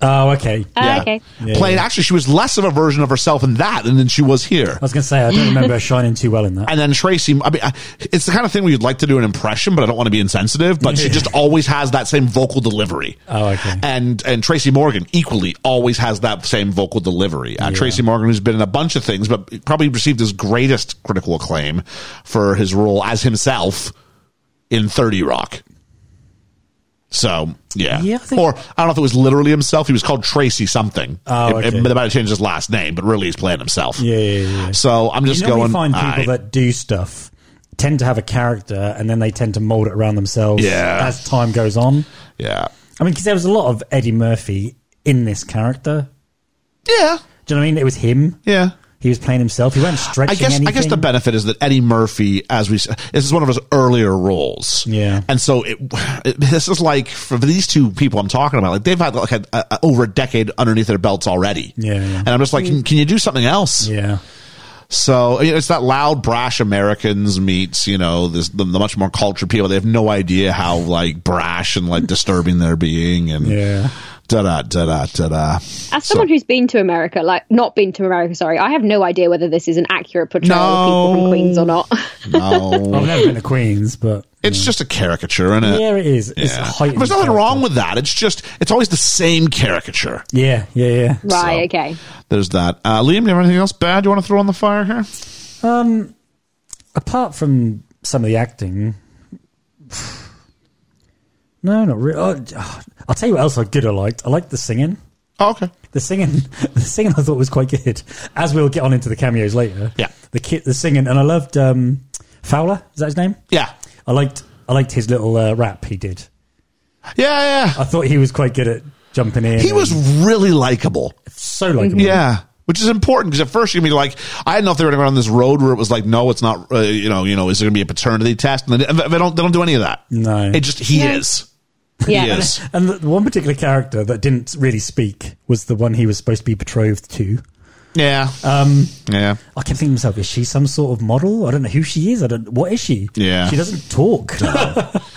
Speaker 4: Oh, okay.
Speaker 5: Uh,
Speaker 4: I
Speaker 3: Yeah.
Speaker 5: okay.
Speaker 4: Yeah,
Speaker 3: Playing
Speaker 4: yeah.
Speaker 3: actually she was less of a version of herself in that than than she was here.
Speaker 4: was going to say,
Speaker 3: (laughs)
Speaker 4: I don't remember her shining too well in that.
Speaker 3: And then Tracy, I mean, I- it's the kind of thing where you'd like to do an impression, but I don't want to be insensitive. But she just always has that same vocal delivery.
Speaker 4: Oh, okay.
Speaker 3: And and Tracy Morgan equally always has that same vocal delivery. Uh, Tracy Morgan, who's been in a bunch of things, but probably received his greatest critical acclaim for his role as himself in Thirty Rock. So yeah,
Speaker 4: Yeah, I think-
Speaker 3: or I don't know if it was literally himself. He was called Tracy something.
Speaker 4: Oh,
Speaker 3: It- it-
Speaker 4: okay.
Speaker 3: they might have changed his last name, but really he's playing himself.
Speaker 4: Yeah, yeah, yeah, yeah.
Speaker 3: So I'm just
Speaker 4: you normally
Speaker 3: going.
Speaker 4: find people
Speaker 3: "Aight."
Speaker 4: that do stuff tend to have a character and then they tend to mold it around themselves
Speaker 3: Yeah.
Speaker 4: as time goes on.
Speaker 3: Yeah.
Speaker 4: I mean, because there was a lot of Eddie Murphy in this character.
Speaker 3: Yeah.
Speaker 4: Do you know what I mean? It was him.
Speaker 3: Yeah.
Speaker 4: He was playing himself. He wasn't
Speaker 3: I
Speaker 4: stretching
Speaker 3: guess
Speaker 4: anything.
Speaker 3: I guess the benefit is that Eddie Murphy, as we s- this is one of his earlier roles,
Speaker 4: Yeah.
Speaker 3: and so it, it- this is like for these two people I'm talking about, like they've had like a, a, over a decade underneath their belts already,
Speaker 4: Yeah, yeah.
Speaker 3: and I'm just like, can, can you do something else?
Speaker 4: Yeah.
Speaker 3: So you know, it's that loud, brash Americans meets you know this, the, the much more cultured people. They have no idea how like brash and like disturbing they're being, and
Speaker 4: Yeah.
Speaker 3: da da da da da (laughs) da.
Speaker 5: As someone who's been to America, like not been to America, sorry, I have no idea whether this is an accurate portrayal of people
Speaker 3: No.
Speaker 5: from Queens or not. (laughs)
Speaker 3: No.
Speaker 4: I've never been to Queens, but
Speaker 3: Oh. It's just a caricature, isn't it?
Speaker 4: yeah, it is. It's
Speaker 3: Yeah.
Speaker 4: heightened
Speaker 3: There's nothing
Speaker 4: character.
Speaker 3: wrong with that. It's just it's always the same caricature.
Speaker 4: Yeah, yeah, yeah.
Speaker 5: right, okay.
Speaker 3: There's that. Uh, Liam, do you have anything else bad you want to throw on the fire here?
Speaker 4: Apart from some of the acting, no, not really. I'll tell you what else I good I liked. I liked the singing.
Speaker 3: Oh, okay.
Speaker 4: The singing, (laughs) the singing, I thought was quite good. As we'll get on into the cameos later.
Speaker 3: Yeah.
Speaker 4: the kid, the singing, and I loved um, Fowler. Is that his name?
Speaker 3: Yeah.
Speaker 4: I liked, I liked his little uh, rap he did.
Speaker 3: Yeah, yeah.
Speaker 4: I thought he was quite good at jumping in.
Speaker 3: He was
Speaker 4: and
Speaker 3: really likable.
Speaker 4: so like
Speaker 3: Yeah. Which is important because at first you're gonna be like, I didn't know if they were going on this road where it was like, no, it's not. Uh, you know, you know, is there going to be a paternity test? And then, they don't, they don't do any of that.
Speaker 4: No.
Speaker 3: it just he
Speaker 5: No.
Speaker 3: is.
Speaker 5: Yeah.
Speaker 3: He is.
Speaker 4: And the the one particular character that didn't really speak was the one he was supposed to be betrothed to.
Speaker 3: Yeah. Um. Yeah.
Speaker 4: I kept thinking to myself, is she some sort of model? I don't know who she is. I don't. What is she?
Speaker 3: Yeah.
Speaker 4: she doesn't talk.
Speaker 3: (laughs)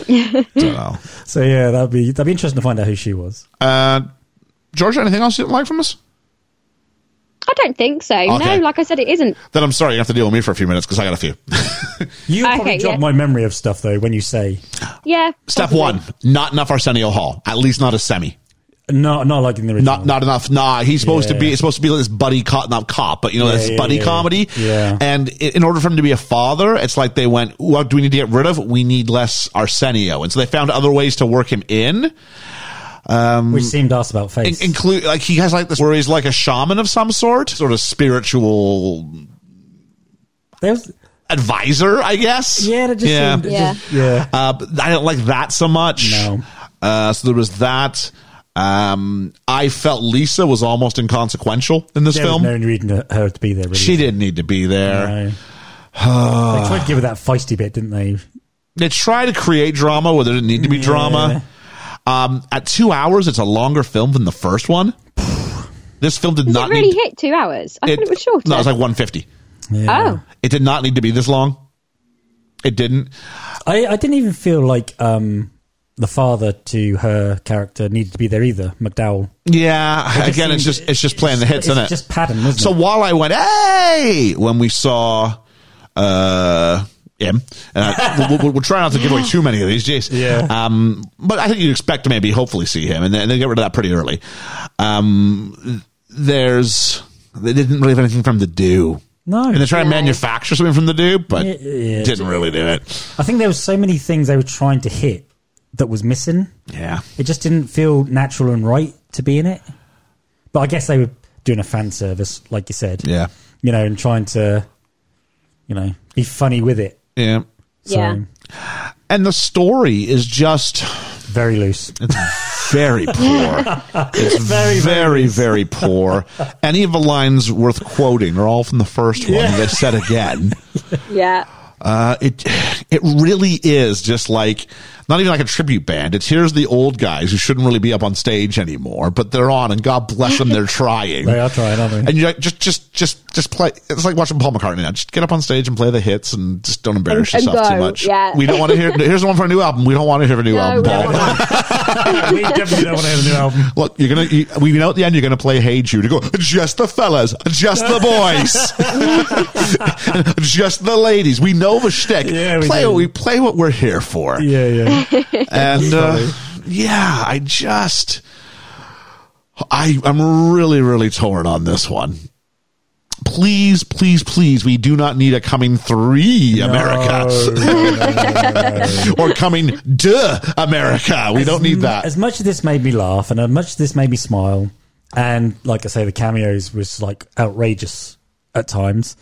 Speaker 3: Don't know.
Speaker 4: so yeah, that'd be that'd be interesting to find out who she was.
Speaker 3: Uh, Georgia, anything else you didn't like from us?
Speaker 5: I don't think so.
Speaker 3: Okay.
Speaker 5: No, like I said, it isn't.
Speaker 3: Then I'm sorry, you have to deal with me for a few minutes because I got a few. (laughs)
Speaker 4: You probably
Speaker 5: Okay,
Speaker 4: jogged
Speaker 5: yeah.
Speaker 4: my memory of stuff though when you say
Speaker 5: Yeah.
Speaker 3: Step
Speaker 4: Oh,
Speaker 5: possibly.
Speaker 3: one, not enough Arsenio Hall. At least not a semi.
Speaker 4: no, not like in the original.
Speaker 3: Not not enough. Nah, he's supposed to be.
Speaker 4: Yeah.
Speaker 3: It's supposed to be like this buddy cop, not cop, but you know,
Speaker 4: Yeah,
Speaker 3: this
Speaker 4: yeah,
Speaker 3: buddy
Speaker 4: yeah, yeah.
Speaker 3: comedy.
Speaker 4: Yeah.
Speaker 3: And i- in order for him to be a father, it's like they went, "What do we need to get rid of? We need less Arsenio." And so they found other ways to work him in,
Speaker 4: which seemed asked about face.
Speaker 3: include like he has like this where he's like a shaman of some sort, sort of spiritual
Speaker 4: there was,
Speaker 3: advisor, I guess.
Speaker 4: yeah, that just
Speaker 3: yeah.
Speaker 4: seemed. it
Speaker 5: Yeah.
Speaker 4: just- yeah.
Speaker 3: Uh, but I didn't like that so much.
Speaker 4: No.
Speaker 3: Uh, so there was that. Um, I felt Lisa was almost inconsequential in this
Speaker 4: There was
Speaker 3: film.
Speaker 4: no reason to her to be there. Really.
Speaker 3: she didn't need to be there.
Speaker 4: No.
Speaker 3: (sighs)
Speaker 4: they tried to give her that feisty bit, didn't they?
Speaker 3: They tried to create drama where there didn't need to be drama. Um, at two hours, it's a longer film than the first one. This film did
Speaker 5: Does
Speaker 3: not
Speaker 5: it really
Speaker 3: need.
Speaker 5: hit two hours? I thought it was shorter.
Speaker 3: No, it was like one fifty.
Speaker 5: oh.
Speaker 3: It did not need to be this long. It didn't.
Speaker 4: I, I didn't even feel like um, the father to her character needed to be there either, McDowell.
Speaker 3: Yeah.
Speaker 4: It
Speaker 3: Again, it's
Speaker 4: seemed-
Speaker 3: just it's just playing the hits,
Speaker 4: it's
Speaker 3: isn't it?
Speaker 4: Just pattern, isn't
Speaker 3: So
Speaker 4: it?
Speaker 3: while I went, hey, when we saw uh, him, and
Speaker 4: (laughs)
Speaker 3: I, we'll, we'll, we'll try not to give away too many of these, jeez.
Speaker 4: Yeah.
Speaker 3: Um, but I think you'd expect to maybe hopefully see him, and then, and then get rid of that pretty early. Um, there's they didn't really have anything for him to do.
Speaker 4: No.
Speaker 3: and they try to
Speaker 5: No.
Speaker 3: manufacture something from the dude, but
Speaker 4: Yeah, yeah.
Speaker 3: didn't really do it.
Speaker 4: I think there was so many things they were trying to hit that was missing.
Speaker 3: Yeah,
Speaker 4: It just didn't feel natural and right to be in it. But I guess they were doing a fan service, like you said.
Speaker 3: yeah,
Speaker 4: You know, and trying to, you know, be funny with it.
Speaker 3: yeah.
Speaker 4: So,
Speaker 5: Yeah.
Speaker 3: and the story is just
Speaker 4: very loose.
Speaker 3: It's very poor.
Speaker 4: (laughs)
Speaker 3: It's very, very, very poor. Any of the lines worth quoting are all from the first one. They said again.
Speaker 5: Yeah.
Speaker 3: Uh, it it really is just like not even like a tribute band. It's here's the old guys who shouldn't really be up on stage anymore, but they're on, and God bless them, they're trying.
Speaker 4: They are trying, aren't they?
Speaker 3: And you like, just just just just play. It's like watching Paul McCartney now. Just get up on stage and play the hits, and just don't embarrass
Speaker 5: And- and
Speaker 3: yourself too
Speaker 5: go,
Speaker 3: much.
Speaker 5: yeah.
Speaker 3: We don't want to hear. Here's one for a new album. We don't want to hear a new
Speaker 5: No,
Speaker 3: album.
Speaker 5: we
Speaker 3: Paul.
Speaker 5: don't want
Speaker 3: (laughs)
Speaker 5: that.
Speaker 4: (laughs) we definitely don't want to hear the new album.
Speaker 3: Look, you're gonna. You, we know at the end you're gonna play "Hey Jude." You go, just the fellas, just the
Speaker 4: (laughs)
Speaker 3: boys, just the ladies. We know the shtick.
Speaker 4: Yeah, we
Speaker 3: play
Speaker 4: do.
Speaker 3: what we play what we're here for.
Speaker 4: Yeah, yeah.
Speaker 3: and uh, yeah, I just, I, I'm really, really torn on this one. Please, please, please, we do not need a coming three America (laughs) or coming duh America. We don't need that.
Speaker 4: Mm, As much as this made me laugh and as much as this made me smile, and like I say, the cameos was like outrageous at times.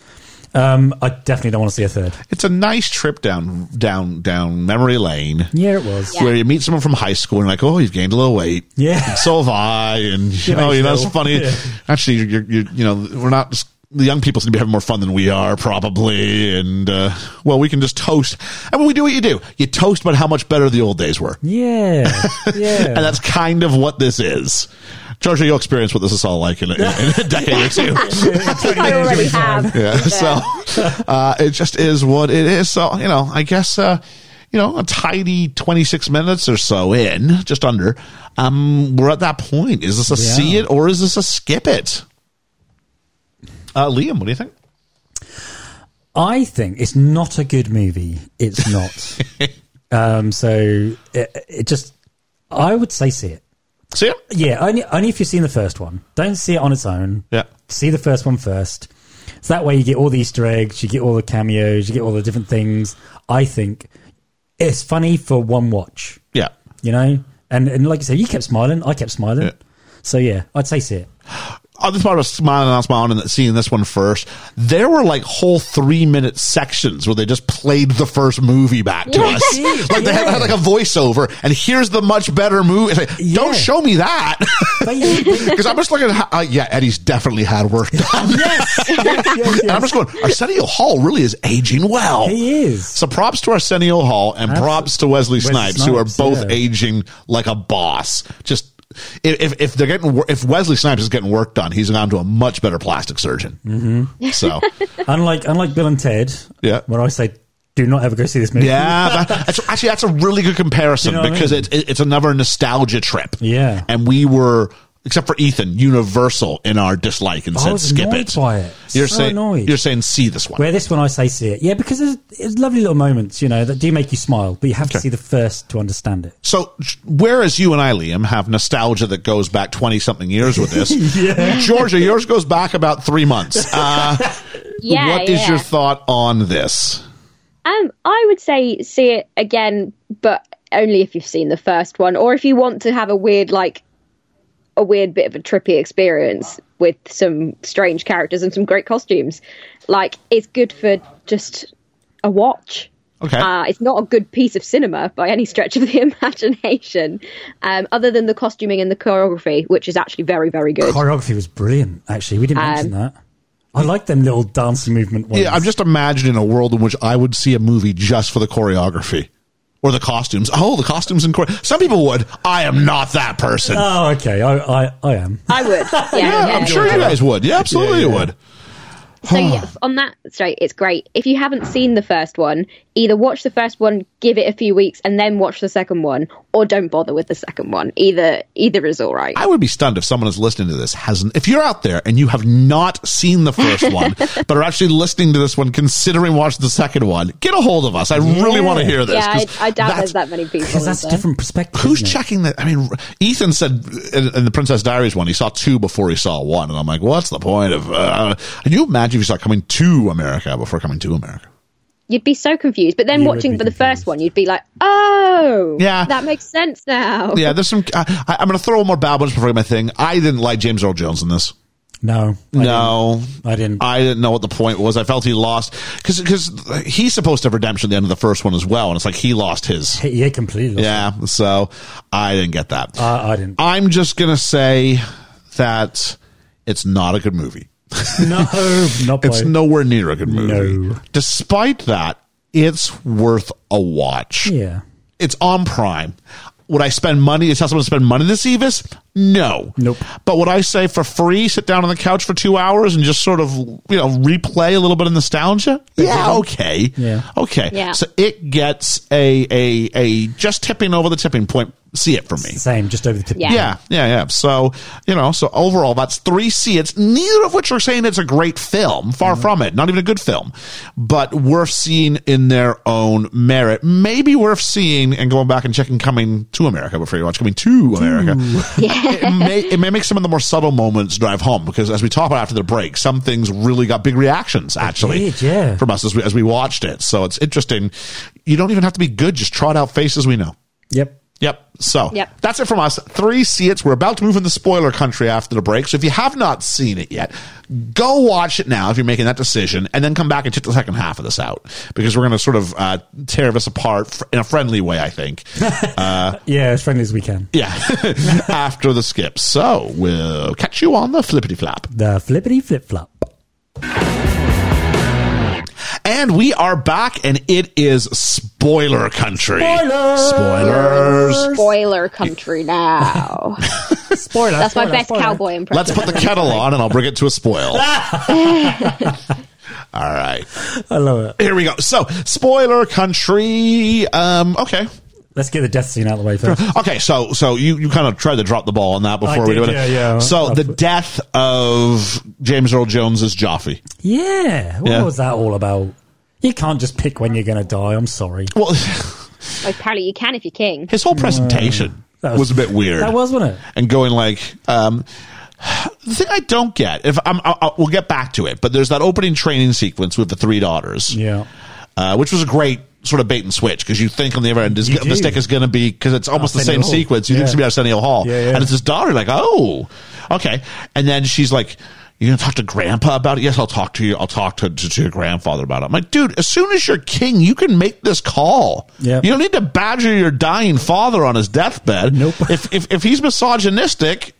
Speaker 4: Um, I definitely don't want to see a third.
Speaker 3: It's a nice trip down, down, down memory lane.
Speaker 4: Yeah, it was.
Speaker 3: Where you meet someone from high school and you're like, oh, you've gained a little weight.
Speaker 4: Yeah.
Speaker 3: And so have I.
Speaker 4: (laughs)
Speaker 3: And, you know,
Speaker 4: thanks,
Speaker 3: you know, it's
Speaker 4: Bill.
Speaker 3: funny.
Speaker 4: Yeah.
Speaker 3: Actually, you're, you're, you know, we're not, the young people seem to be having more fun than we are, probably. And, uh, well, we can just toast. And when we do what you do, you toast about how much better the old days were.
Speaker 4: Yeah,
Speaker 3: (laughs)
Speaker 4: yeah.
Speaker 3: And that's kind of what this is. Georgia, you'll experience what this is all like in a, in
Speaker 4: (laughs)
Speaker 3: a decade or two.
Speaker 5: I think I already have.
Speaker 3: Yeah. (laughs) So uh, it just is what it is. So, you know, I guess, uh, you know, a tidy 26 minutes or so in, just under, um, we're at that point. Is this a
Speaker 4: Yeah.
Speaker 3: see it or is this a skip it? Uh, Liam, what do you think?
Speaker 4: I think it's not a good movie.
Speaker 3: (laughs)
Speaker 4: It's not. um, so it, it just, I would say see it.
Speaker 3: See it?
Speaker 4: Yeah, only only if you've seen the first one. Don't see it on its own.
Speaker 3: Yeah.
Speaker 4: See the first one first. So that way you get all the Easter eggs, you get all the cameos, you get all the different things. I think it's funny for one watch,
Speaker 3: Yeah.
Speaker 4: you know? And and like you said, you kept smiling, I kept smiling.
Speaker 3: Yeah.
Speaker 4: So yeah, I'd say see it.
Speaker 3: Oh, this part was smiling and smiling and seeing this one first. There were like whole three minute sections where they just played the first movie back to
Speaker 4: Yeah.
Speaker 3: us.
Speaker 4: (laughs)
Speaker 3: Like they had, had like a voiceover and here's the much better movie. It's like, Don't
Speaker 4: Yeah.
Speaker 3: show me that. (laughs)
Speaker 4: But yes,
Speaker 3: Because I'm just looking at how, uh, yeah, Eddie's definitely had work done.
Speaker 4: (laughs) yes,
Speaker 3: (laughs)
Speaker 4: yes,
Speaker 3: And I'm
Speaker 4: yes.
Speaker 3: just going, Arsenio Hall really is aging well.
Speaker 4: He is.
Speaker 3: So props to Arsenio Hall and props to Wesley
Speaker 4: Wesley
Speaker 3: Snipes, who are
Speaker 4: Snipes,
Speaker 3: both
Speaker 4: yeah.
Speaker 3: aging like a boss. Just if, if- if they're getting wor- if Wesley Snipes is getting work done, he's gone to a much better plastic surgeon. Mm-hmm. So (laughs)
Speaker 4: Unlike unlike Bill and Ted,
Speaker 3: Yeah.
Speaker 4: where I say do not ever go see this movie.
Speaker 3: yeah, that, that's, actually that's a really good comparison
Speaker 4: You know what I
Speaker 3: because
Speaker 4: mean?
Speaker 3: it's it, it's another nostalgia trip.
Speaker 4: Yeah.
Speaker 3: and we were. Except for Ethan, universal in our dislike and
Speaker 4: I
Speaker 3: said,
Speaker 4: was
Speaker 3: "Skip
Speaker 4: annoyed
Speaker 3: it."
Speaker 4: by Oh, it.
Speaker 3: You're
Speaker 4: So
Speaker 3: saying
Speaker 4: annoyed.
Speaker 3: you're saying see this one.
Speaker 4: Where this one, I say see it. Yeah, because there's, there's lovely little moments, you know, that do make you smile, but you have to see the first to understand it.
Speaker 3: So, whereas you and I, Liam, have nostalgia that goes back 20 something years with
Speaker 4: (laughs)
Speaker 3: this, Georgia, yours goes back about three months. Uh,
Speaker 5: (laughs) Yeah,
Speaker 3: what
Speaker 5: yeah.
Speaker 3: is your thought on this?
Speaker 5: Um, I would say see it again, but only if you've seen the first one, or if you want to have a weird, like, a weird bit of a trippy experience with some strange characters and some great costumes. Like, it's good for just a watch.
Speaker 3: Okay.
Speaker 5: Uh, it's not a good piece of cinema by any stretch of the (laughs) imagination, um, other than the costuming and the choreography, which is actually very, very good.
Speaker 4: Choreography was brilliant, actually. We didn't
Speaker 5: Um,
Speaker 4: mention that. I like them little dancing movement ones.
Speaker 3: yeah, I'm just imagining a world in which I would see a movie just for the choreography or the costumes. Oh, the costumes and chore. Some people would. I am not that person.
Speaker 4: Oh, okay. I, I, I am.
Speaker 5: I
Speaker 3: (laughs)
Speaker 5: would. Uh, Yeah,
Speaker 3: yeah, I'm sure you guys would. Yeah, absolutely
Speaker 4: Yeah,
Speaker 3: you
Speaker 4: yeah.
Speaker 3: would.
Speaker 5: So yeah, on that straight, it's great. If you haven't seen the first one, either watch the first one, give it a few weeks, and then watch the second one, or don't bother with the second one. Either either is all right.
Speaker 3: I would be stunned if someone is listening to this hasn't. If you're out there and you have not seen the
Speaker 5: (laughs)
Speaker 3: first one, but are actually listening to this one, considering watching the second one, get a hold of us. I really
Speaker 4: Yeah.
Speaker 3: want to hear this.
Speaker 5: yeah,
Speaker 3: 'cause
Speaker 5: I, I doubt
Speaker 3: that's-
Speaker 5: there's that many people.
Speaker 4: Because that's
Speaker 5: is
Speaker 4: a
Speaker 5: there?
Speaker 4: different perspective.
Speaker 3: Who's
Speaker 4: isn't it?
Speaker 3: checking that? I mean, Ethan said in, in the Princess Diaries one, he saw two before he saw one, and I'm like, what's the point of? Uh, can you imagine if you saw coming to America before coming to America?
Speaker 5: You'd be so confused, but then
Speaker 4: You would
Speaker 5: watching
Speaker 4: be
Speaker 5: for the
Speaker 4: confused.
Speaker 5: first one, you'd be like, "Oh,
Speaker 3: Yeah.
Speaker 5: that makes sense now."
Speaker 3: Yeah, there's some. I, I- I'm going to throw one more bad ones before I get my thing. I didn't like James Earl Jones in this.
Speaker 4: No, I
Speaker 3: No,
Speaker 4: I didn't.
Speaker 3: I didn't know what the point was. I felt he lost because he's supposed to have redemption at the end of the first one as well, and it's like he lost his.
Speaker 4: didn't. Yeah, completely. lost
Speaker 3: Yeah, so I didn't get that.
Speaker 4: it. I, I
Speaker 3: (laughs)
Speaker 4: didn't.
Speaker 3: I'm just gonna say that it's not a good movie. (laughs)
Speaker 4: No, not by.
Speaker 3: It's nowhere near a good movie.
Speaker 4: No.
Speaker 3: Despite that, it's worth a watch.
Speaker 4: yeah,
Speaker 3: It's on Prime. Would I spend money to tell someone to spend money to see this? No.
Speaker 4: Nope.
Speaker 3: But would I say for free, sit down on the couch for two hours and just sort of, you know, replay a little bit of nostalgia? Yeah, okay.
Speaker 4: Yeah.
Speaker 3: Okay.
Speaker 5: Yeah.
Speaker 3: So it gets a, a, a just tipping over the tipping point. See it from me.
Speaker 4: same. Just over the tip.
Speaker 5: Yeah.
Speaker 3: Yeah, yeah, yeah. So, you know, so overall, that's three see it's neither of which are saying it's a great film.
Speaker 4: Mm-hmm.
Speaker 3: Far from it. Not even a good film, but worth seeing in their own merit. Maybe worth seeing and going back and checking Coming to America before you watch Coming to
Speaker 4: (laughs)
Speaker 3: America. it, may, it may make some of the more subtle moments drive home because as we talk about after the break, some things really got big reactions, actually,
Speaker 4: did, yeah.
Speaker 3: from us as we, as we watched it. So it's interesting. You don't even have to be good, just trot out faces we know.
Speaker 4: Yep.
Speaker 3: Yep. So
Speaker 5: Yep.
Speaker 3: that's it from us. Three see it's. We're about to move in the spoiler country after the break. So if you have not seen it yet, go watch it now if you're making that decision, and then come back and check the second half of this out because we're going to sort of uh, tear this apart fr- in a friendly way, I think. Uh,
Speaker 4: Yeah, as friendly as we can.
Speaker 3: yeah. (laughs) after the skip. So we'll catch you on the flippity flap.
Speaker 4: The flippity flip flop.
Speaker 3: And we are back, and it is spoiler country. Spoilers. Spoilers.
Speaker 5: Spoiler country
Speaker 4: (laughs)
Speaker 5: now.
Speaker 4: Spoiler.
Speaker 5: (laughs) That's my
Speaker 4: spoiler,
Speaker 5: best
Speaker 4: spoiler.
Speaker 5: cowboy
Speaker 3: Let's
Speaker 5: impression.
Speaker 3: put the kettle on, and I'll bring it to a spoil. All right.
Speaker 4: I love it.
Speaker 3: Here we go. So, spoiler country. Um, okay.
Speaker 4: Let's get the death scene out of the way first.
Speaker 3: Okay, so so you, you kind of tried to drop the ball on that before we
Speaker 4: did,
Speaker 3: do it.
Speaker 4: yeah, yeah.
Speaker 3: So
Speaker 4: I'll
Speaker 3: the
Speaker 4: put-
Speaker 3: death of James Earl Jones as Joffrey.
Speaker 4: Yeah. What
Speaker 3: Yeah.
Speaker 4: was that all about? You can't just pick when you're going to die. I'm sorry.
Speaker 3: Well,
Speaker 5: Like, apparently, you can if you're king.
Speaker 3: his whole presentation
Speaker 4: Uh, That
Speaker 3: was, a bit weird.
Speaker 4: That was, wasn't it?
Speaker 3: and going like um the thing I don't get, if I'm, I, I, we'll get back to it, but there's that opening training sequence with the three daughters.
Speaker 4: Yeah.
Speaker 3: uh, which was a great sort of bait and switch because you think on the other end is,
Speaker 4: You
Speaker 3: the
Speaker 4: do.
Speaker 3: stick is going to be because it's almost the same
Speaker 4: Arsenio Hall.
Speaker 3: sequence. You think
Speaker 4: Yeah.
Speaker 3: it's going to be Arsenio Hall,
Speaker 4: Yeah, yeah.
Speaker 3: and it's his daughter. Like, oh, okay. And then she's like, "You going to talk to Grandpa about it? Yes, I'll talk to you. I'll talk to, to, to your grandfather about it." I'm like, dude, as soon as you're king, you can make this call.
Speaker 4: Yeah.
Speaker 3: you don't need to badger your dying father on his deathbed.
Speaker 4: Nope.
Speaker 3: (laughs) If if, if he's misogynistic.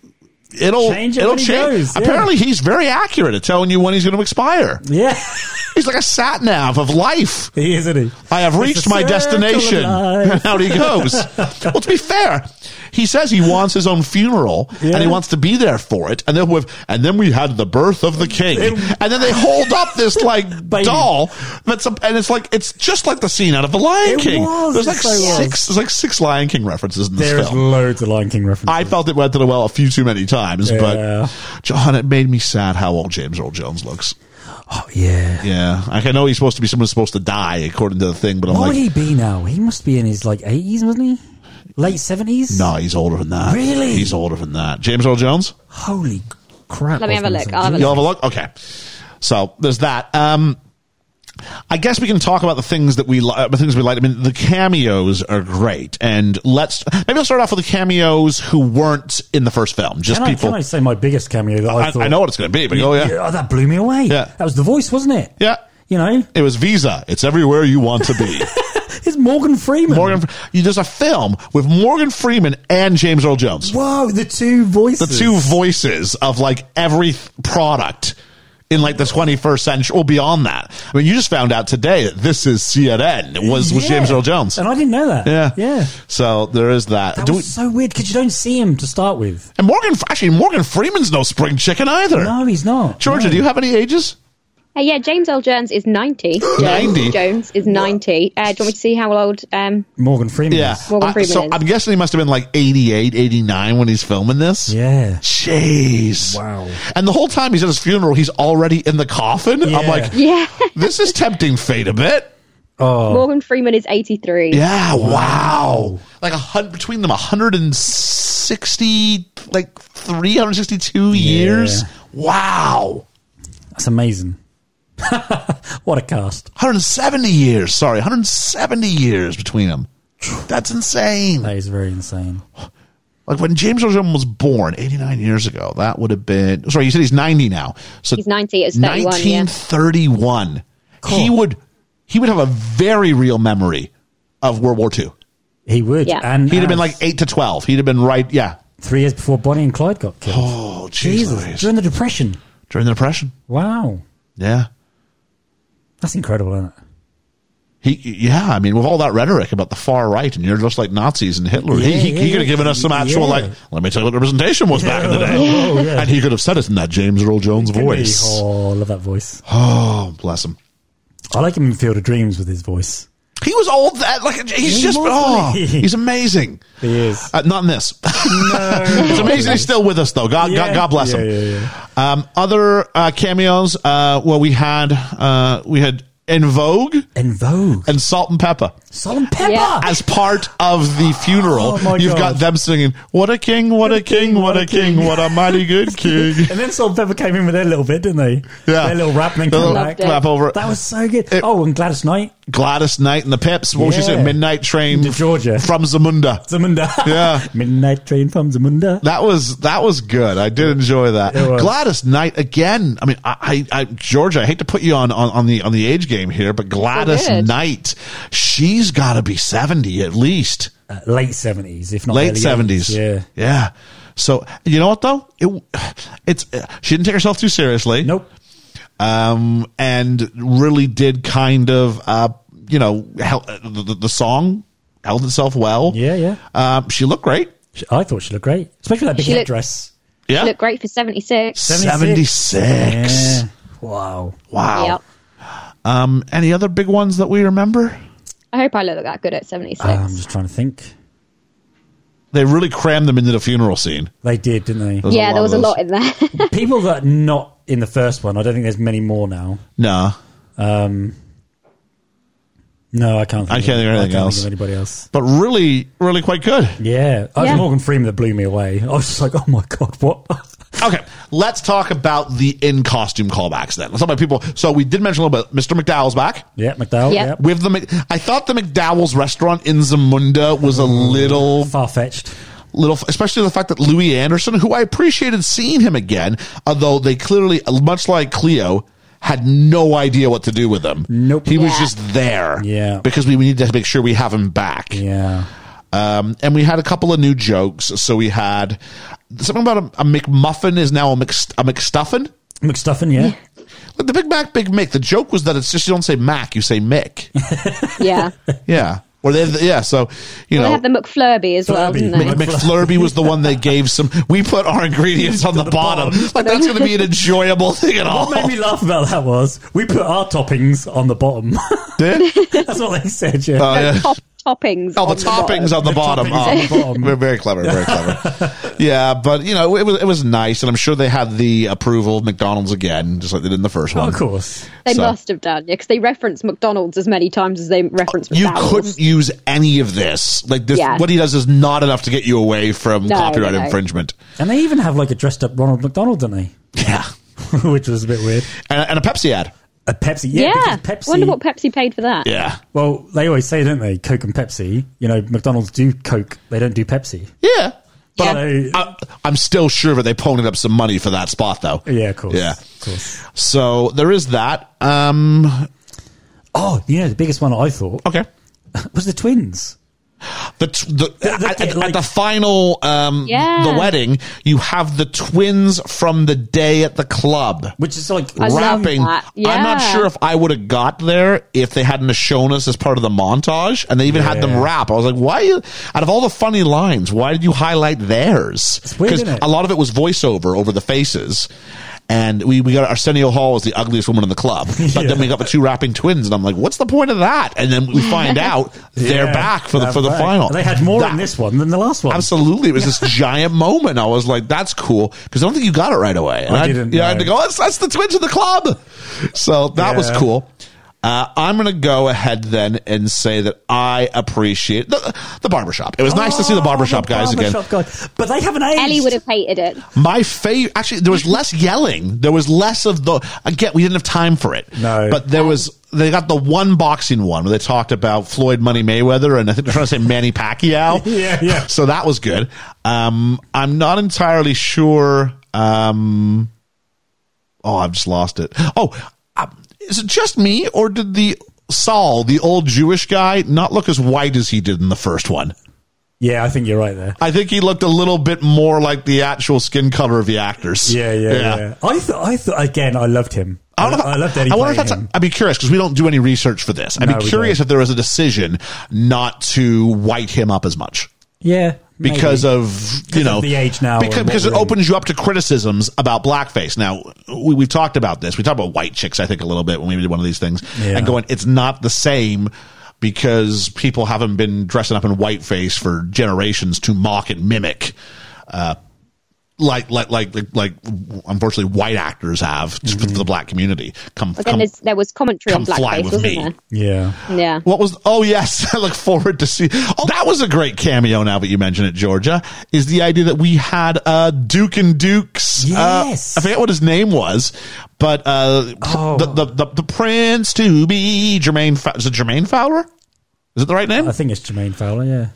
Speaker 3: It'll
Speaker 4: Change it
Speaker 3: will
Speaker 4: when he goes, yeah.
Speaker 3: Apparently, he's very accurate at telling you when he's going to expire.
Speaker 4: Yeah. (laughs)
Speaker 3: He's like a sat nav of life.
Speaker 4: he is, isn't he?
Speaker 3: I have
Speaker 4: It's
Speaker 3: reached
Speaker 4: the
Speaker 3: my
Speaker 4: circle of
Speaker 3: destination. (laughs)
Speaker 4: life.
Speaker 3: Out he goes. well, to be fair, he says he wants his own funeral and he
Speaker 4: Yeah.
Speaker 3: wants to be there for it. And then with, and then we had the birth of the king. and then they hold up this like
Speaker 4: (laughs) Baby.
Speaker 3: doll that's a, and it's like it's just like the scene out of the Lion
Speaker 4: It
Speaker 3: King.
Speaker 4: was,
Speaker 3: there's
Speaker 4: it
Speaker 3: like
Speaker 4: so was.
Speaker 3: six, there's like six Lion King references in this
Speaker 4: There is
Speaker 3: film.
Speaker 4: loads of Lion King references.
Speaker 3: I felt it went to the well a few too many times,
Speaker 4: Yeah.
Speaker 3: but John, it made me sad how old James Earl Jones looks.
Speaker 4: oh, yeah.
Speaker 3: Yeah, like, I know he's supposed to be someone who's supposed to die according to the thing, but I'm
Speaker 4: What
Speaker 3: like,
Speaker 4: would he be now? He must be in his like 80s, wasn't he? Late 70s?
Speaker 3: No, he's older than that.
Speaker 4: Really?
Speaker 3: He's older than that. James Earl Jones?
Speaker 4: Holy crap.
Speaker 5: Let me
Speaker 4: I was
Speaker 5: have a
Speaker 4: gonna
Speaker 5: look.
Speaker 4: say.
Speaker 5: I'll have a
Speaker 3: You'll have a look? Okay. So there's that. Um, I guess we can talk about the things that we li- uh, the things we like. I mean, the cameos are great, and let's maybe I'll start off with the cameos who weren't in the first film. Just
Speaker 4: Can I,
Speaker 3: people.
Speaker 4: can I say my biggest cameo that I,
Speaker 3: I,
Speaker 4: thought?
Speaker 3: I know what it's going to be, but oh yeah, yeah.
Speaker 4: oh, that blew me away.
Speaker 3: Yeah.
Speaker 4: That was the voice, wasn't it? You know,
Speaker 3: It was Visa. It's everywhere you want to
Speaker 4: (laughs)
Speaker 3: be.
Speaker 4: it's Morgan Freeman.
Speaker 3: Morgan, you- there's a film with Morgan Freeman and James Earl Jones.
Speaker 4: Wow, the two voices.
Speaker 3: the two voices of like every th- product in like the 21st century or beyond that. I mean, you just found out today that this is CNN was, was
Speaker 4: Yeah.
Speaker 3: James Earl Jones.
Speaker 4: And I didn't know that.
Speaker 3: Yeah.
Speaker 4: Yeah.
Speaker 3: So there is that.
Speaker 4: That
Speaker 3: Do
Speaker 4: was
Speaker 3: we-
Speaker 4: so weird because you don't see him to start with.
Speaker 3: and Morgan, actually, Morgan Freeman's no spring chicken either.
Speaker 4: No, he's not.
Speaker 3: Georgia,
Speaker 4: No.
Speaker 3: do you have any ages?
Speaker 5: Uh, yeah, James L. Jones
Speaker 4: (gasps)
Speaker 5: is 90. Jones-
Speaker 3: 90?
Speaker 5: Jones is 90. Uh, do you want me to see how old? Um,
Speaker 4: Morgan Freeman.
Speaker 3: Yeah.
Speaker 4: is.
Speaker 5: Morgan
Speaker 3: I-
Speaker 5: Freeman
Speaker 3: so
Speaker 5: is.
Speaker 3: I'm guessing he must have been like 88, 89 when he's filming this.
Speaker 4: Yeah.
Speaker 3: Jeez.
Speaker 4: Wow.
Speaker 3: And the whole time he's at his funeral, he's already in the coffin.
Speaker 4: Yeah.
Speaker 3: I'm like,
Speaker 5: yeah.
Speaker 3: this is tempting fate a bit.
Speaker 5: Morgan Freeman is 83.
Speaker 3: Yeah, wow. Like a hundred between them, 160, like 362 years. Wow.
Speaker 4: That's amazing. (laughs) what a cast.
Speaker 3: 170 years. Sorry, 170 years between them. That's insane.
Speaker 4: That is very insane.
Speaker 3: Like when James Earl Jones was born 89 years ago, that would have been. Sorry, you said he's 90 now. So
Speaker 5: He's 90, it's 31, yeah.
Speaker 3: 1931. He would he would have a very real memory of World War II.
Speaker 4: He would.
Speaker 5: Yeah.
Speaker 4: And
Speaker 3: He'd have been
Speaker 4: as-
Speaker 3: like 8 to 12. He'd have been right, yeah.
Speaker 4: three years before Bonnie and Clyde got killed.
Speaker 3: Oh,
Speaker 4: Jesus.
Speaker 3: Jesus.
Speaker 4: During the Depression.
Speaker 3: During the Depression.
Speaker 4: Wow.
Speaker 3: Yeah.
Speaker 4: That's incredible, isn't it?
Speaker 3: He, yeah, I mean, with all that rhetoric about the far right and you're just like Nazis and Hitler, he,
Speaker 4: Yeah,
Speaker 3: he,
Speaker 4: yeah,
Speaker 3: he could have
Speaker 4: yeah.
Speaker 3: given us some actual,
Speaker 4: Yeah.
Speaker 3: like, let me tell you what representation was back in the day.
Speaker 4: Oh, yeah.
Speaker 3: And he could have said it in that James Earl Jones voice.
Speaker 4: Oh, I love that voice.
Speaker 3: Oh, bless him.
Speaker 4: I like him in Field of Dreams with his voice.
Speaker 3: He was old. That like he's
Speaker 4: He
Speaker 3: just
Speaker 4: was,
Speaker 3: oh,
Speaker 4: (laughs) wasn't he?
Speaker 3: he's amazing.
Speaker 4: He is.
Speaker 3: Uh, not in this. (laughs) it's amazing he's still with us though. God, God,
Speaker 4: Yeah.
Speaker 3: God bless
Speaker 4: Yeah,
Speaker 3: him.
Speaker 4: yeah,
Speaker 3: Um, other uh, cameos. Uh, well, we had uh, we had En Vogue
Speaker 4: En Vogue.
Speaker 3: and Salt and Pepper
Speaker 4: Salt and Pepper.
Speaker 5: Yeah.
Speaker 3: as part of the funeral.
Speaker 4: Oh, my
Speaker 3: You've
Speaker 4: God.
Speaker 3: got them singing "What a king, what a king, what a king, what a mighty
Speaker 4: (laughs)
Speaker 3: good king."
Speaker 4: And then Salt and Pepper came in with their little bit, didn't they?
Speaker 3: Yeah,
Speaker 4: Their little rap and then
Speaker 3: Their
Speaker 4: come
Speaker 3: little
Speaker 4: back.
Speaker 5: Loved it.
Speaker 3: clap over. it.
Speaker 4: That was so good.
Speaker 3: It-
Speaker 4: oh, and Gladys Knight.
Speaker 3: Gladys Knight and the Pips. What was she
Speaker 4: Yeah.
Speaker 3: saying? Midnight train
Speaker 4: To Georgia.
Speaker 3: from Zamunda.
Speaker 4: Zamunda.
Speaker 3: Yeah.
Speaker 4: (laughs) Midnight Train from Zamunda.
Speaker 3: That was that was good. I did enjoy that.
Speaker 4: It was.
Speaker 3: Gladys Knight again. I mean, I, I, I Georgia. I hate to put you on, on on the on the age game here, but Gladys
Speaker 5: good.
Speaker 3: Knight, she's got to be seventy at least,
Speaker 4: Uh, late 70s, if not
Speaker 3: late
Speaker 4: early
Speaker 3: seventies.
Speaker 4: 80s. Yeah.
Speaker 3: yeah. So you know what though, it it's uh, she didn't take herself too seriously
Speaker 4: Nope.
Speaker 3: um, and really did kind of, uh, you know, hel- uh, the, the song held itself well.
Speaker 4: Yeah, yeah.
Speaker 3: Um, she looked great.
Speaker 4: She- I thought she looked great, especially with that big
Speaker 5: She
Speaker 4: head
Speaker 5: looked-
Speaker 4: dress.
Speaker 3: Yeah.
Speaker 5: Look great for 76.
Speaker 3: 76.
Speaker 4: Yeah. Wow.
Speaker 3: Wow.
Speaker 5: Yep.
Speaker 3: Um, any other big ones that we remember?
Speaker 5: I hope I look that good at 76.
Speaker 3: Um,
Speaker 4: I'm Um, just trying to think.
Speaker 3: They really crammed them into the funeral scene.
Speaker 4: They did, didn't they?
Speaker 3: was a
Speaker 5: yeah,
Speaker 3: lot
Speaker 5: there was a
Speaker 3: of
Speaker 5: lot
Speaker 3: (laughs)
Speaker 5: in there.
Speaker 4: People that are not in the first one, I don't think there's many more now.
Speaker 3: No.
Speaker 4: No, I can't. Think
Speaker 3: I
Speaker 4: of
Speaker 3: can't think of
Speaker 4: I
Speaker 3: anything
Speaker 4: can't
Speaker 3: else.
Speaker 4: Think of anybody else?
Speaker 3: But really, really quite good.
Speaker 4: Yeah, I
Speaker 5: Yeah.
Speaker 4: was Morgan Freeman that blew me away. I was just like, oh my god, what? (laughs)
Speaker 3: Okay, let's talk about the in costume callbacks then. Let's talk about people. So we did mention a little bit. Mr. McDowell's back.
Speaker 4: yeah, McDowell.
Speaker 5: Yeah.
Speaker 4: Yeah,
Speaker 3: With the, Mc- I thought the McDowell's restaurant in Zamunda was a little
Speaker 4: far fetched.
Speaker 3: little, especially the fact that Louis Anderson, who I appreciated seeing him again, although they clearly, much like Cleo, had no idea what to do with him.
Speaker 4: Nope.
Speaker 3: He was
Speaker 5: Yeah.
Speaker 3: just there.
Speaker 4: Yeah.
Speaker 3: Because we, we need to make sure we have him back.
Speaker 4: Yeah,
Speaker 3: Um, and we had a couple of new jokes. So we had something about a, a McMuffin is now a, Mc, a McStuffin.
Speaker 4: McStuffin. Yeah,
Speaker 3: Like the Big Mac, Big Mick. The joke was that it's just you don't say Mac, you say
Speaker 4: (laughs)
Speaker 3: Mick.
Speaker 5: yeah.
Speaker 3: yeah. Or they, yeah. So you
Speaker 5: Well,
Speaker 3: know,
Speaker 5: they had the McFlurby as well,
Speaker 4: Flurby.
Speaker 3: Mc-
Speaker 5: didn't they?
Speaker 3: McFlurby was the one they gave some. We put our ingredients on the, bottom. Like that's going to be an enjoyable thing at all.
Speaker 4: what made me
Speaker 5: Oh.
Speaker 4: laugh about that was we put our toppings on the bottom. (laughs)
Speaker 3: Did it?
Speaker 4: That's what they said. Yeah,
Speaker 5: (laughs)
Speaker 3: Oh, (laughs) yeah.
Speaker 5: Top, toppings.
Speaker 3: Oh,
Speaker 5: on
Speaker 3: the toppings
Speaker 5: bottom.
Speaker 3: on the bottom.
Speaker 4: toppings on the
Speaker 3: Oh.
Speaker 4: bottom.
Speaker 3: We're very clever,
Speaker 4: (laughs)
Speaker 3: very clever. yeah, but you know, it was it was nice, and I'm sure they had the approval of McDonald's again, just like they did in the first
Speaker 4: Oh,
Speaker 3: one.
Speaker 4: of course.
Speaker 5: They
Speaker 3: So-
Speaker 5: must have done, yeah, because they reference McDonald's as many times as they reference
Speaker 3: You
Speaker 5: McDowell's.
Speaker 3: couldn't use any of this. Like this,
Speaker 5: Yeah.
Speaker 3: what he does is not enough to get you away from
Speaker 5: No,
Speaker 3: copyright
Speaker 5: no.
Speaker 3: infringement.
Speaker 4: And they even have like a dressed up Ronald McDonald, don't they? (laughs)
Speaker 3: Yeah,
Speaker 4: Which was a bit weird.
Speaker 3: and, and a Pepsi ad.
Speaker 4: A Pepsi. Yeah,
Speaker 5: Yeah.
Speaker 4: because Pepsi.
Speaker 5: Wonder what Pepsi paid for that.
Speaker 3: Yeah,
Speaker 4: Well, they always say, don't they? Coke and Pepsi. You know, McDonald's do Coke. They don't do Pepsi.
Speaker 3: yeah. But
Speaker 4: Yeah.
Speaker 3: I'm- I, I'm still sure that they ponied up some money for that spot, though.
Speaker 4: Yeah, of course.
Speaker 3: Yeah.
Speaker 4: of course.
Speaker 3: So there is that. Um,
Speaker 4: Oh, you know, the biggest one I thought
Speaker 3: okay.
Speaker 4: was the twins.
Speaker 3: The, t- the,
Speaker 4: the-
Speaker 3: at, at-
Speaker 4: like-
Speaker 3: at the final um
Speaker 5: Yeah.
Speaker 3: the wedding, you have the twins from the day at the club.
Speaker 4: Which is like
Speaker 5: I love
Speaker 3: Rapping.
Speaker 5: that.
Speaker 3: I'm not
Speaker 5: Yeah.
Speaker 3: sure if I would have got there if they hadn't have shown us as part of the montage, and they even had them
Speaker 4: Yeah.
Speaker 3: rap. I was like, "Why? You, out of all the funny lines, why did you highlight theirs?"
Speaker 4: weird,
Speaker 3: Because
Speaker 4: isn't it?
Speaker 3: a lot of it was voiceover over the faces, and we we got Arsenio Hall was the ugliest woman in the
Speaker 4: (laughs)
Speaker 3: club, but then we got the two rapping twins, and I'm like, "What's the point of that?" And then we
Speaker 4: (laughs)
Speaker 3: find out they're
Speaker 4: Yeah,
Speaker 3: back for the
Speaker 4: they're
Speaker 3: for the
Speaker 4: back.
Speaker 3: final.
Speaker 4: They had more
Speaker 3: That-
Speaker 4: in this one than the last one.
Speaker 3: Absolutely, it was this giant moment. I was like, "That's cool," because I don't think you got it right away. And
Speaker 4: I didn't
Speaker 3: Yeah, I had
Speaker 4: know.
Speaker 3: to go. That's, that's the twins of the club. So that was
Speaker 4: Yeah.
Speaker 3: cool. Uh, I'm going to go ahead then and say that I appreciate the, the barbershop. It was nice to see the barbershop guys again.
Speaker 4: Oh, Barbershop guy. But they haven't aged.
Speaker 5: Ellie would have hated it.
Speaker 3: My favorite, actually, there was less yelling. There was less of the. Again, we didn't have time for it.
Speaker 4: No.
Speaker 3: but there was they got the one boxing one where they talked about Floyd Money Mayweather and I think they're trying to say Manny Pacquiao.
Speaker 4: (laughs) Yeah, yeah.
Speaker 3: So that was good. Um, I'm not entirely sure. Um, oh, I've just lost it. Oh, um, is it just me or did the Saul, the old Jewish guy, not look as white as he did in the first one?
Speaker 4: Yeah, I think you're right there.
Speaker 3: I think he looked a little bit more like the actual skin color of the actors.
Speaker 4: Yeah, yeah, yeah. I thought, I thought again, I loved him. I,
Speaker 3: I don't know. If,
Speaker 4: I loved Eddie.
Speaker 3: I wonder if
Speaker 4: playing
Speaker 3: that's.
Speaker 4: him.
Speaker 3: I'd be curious because we don't do any research for this. I'd
Speaker 4: No,
Speaker 3: be
Speaker 4: we
Speaker 3: curious
Speaker 4: don't.
Speaker 3: if there was a decision not to white him up as much
Speaker 4: yeah, maybe.
Speaker 3: because uh, of you know
Speaker 4: the age now
Speaker 3: Because,
Speaker 4: and what
Speaker 3: because it
Speaker 4: we're in.
Speaker 3: opens you up to criticisms about blackface. Now we, we've talked about this. We talked about white chicks. I think a little bit when we did one of these things
Speaker 4: Yeah.
Speaker 3: and going. It's not the same. Because people haven't been dressing up in whiteface for generations to mock and mimic uh, like like like like, like unfortunately white actors have
Speaker 4: Mm-hmm.
Speaker 3: just for the black community come,
Speaker 5: But then
Speaker 3: come-
Speaker 5: there's, there was commentary on
Speaker 3: come fly
Speaker 5: blackface,
Speaker 3: with
Speaker 5: wasn't
Speaker 3: me.
Speaker 5: there?
Speaker 4: yeah.
Speaker 5: Yeah.
Speaker 3: what was oh yes (laughs) i look forward to see oh that was a great cameo now that you mention it georgia is the idea that we had uh duke and dukes uh,
Speaker 4: Yes.
Speaker 3: i forget what his name was but uh pr-
Speaker 4: Oh.
Speaker 3: the, the, the the prince to be jermaine Fow- is it jermaine fowler is it the right name
Speaker 4: I think it's Jermaine Fowler. Yeah,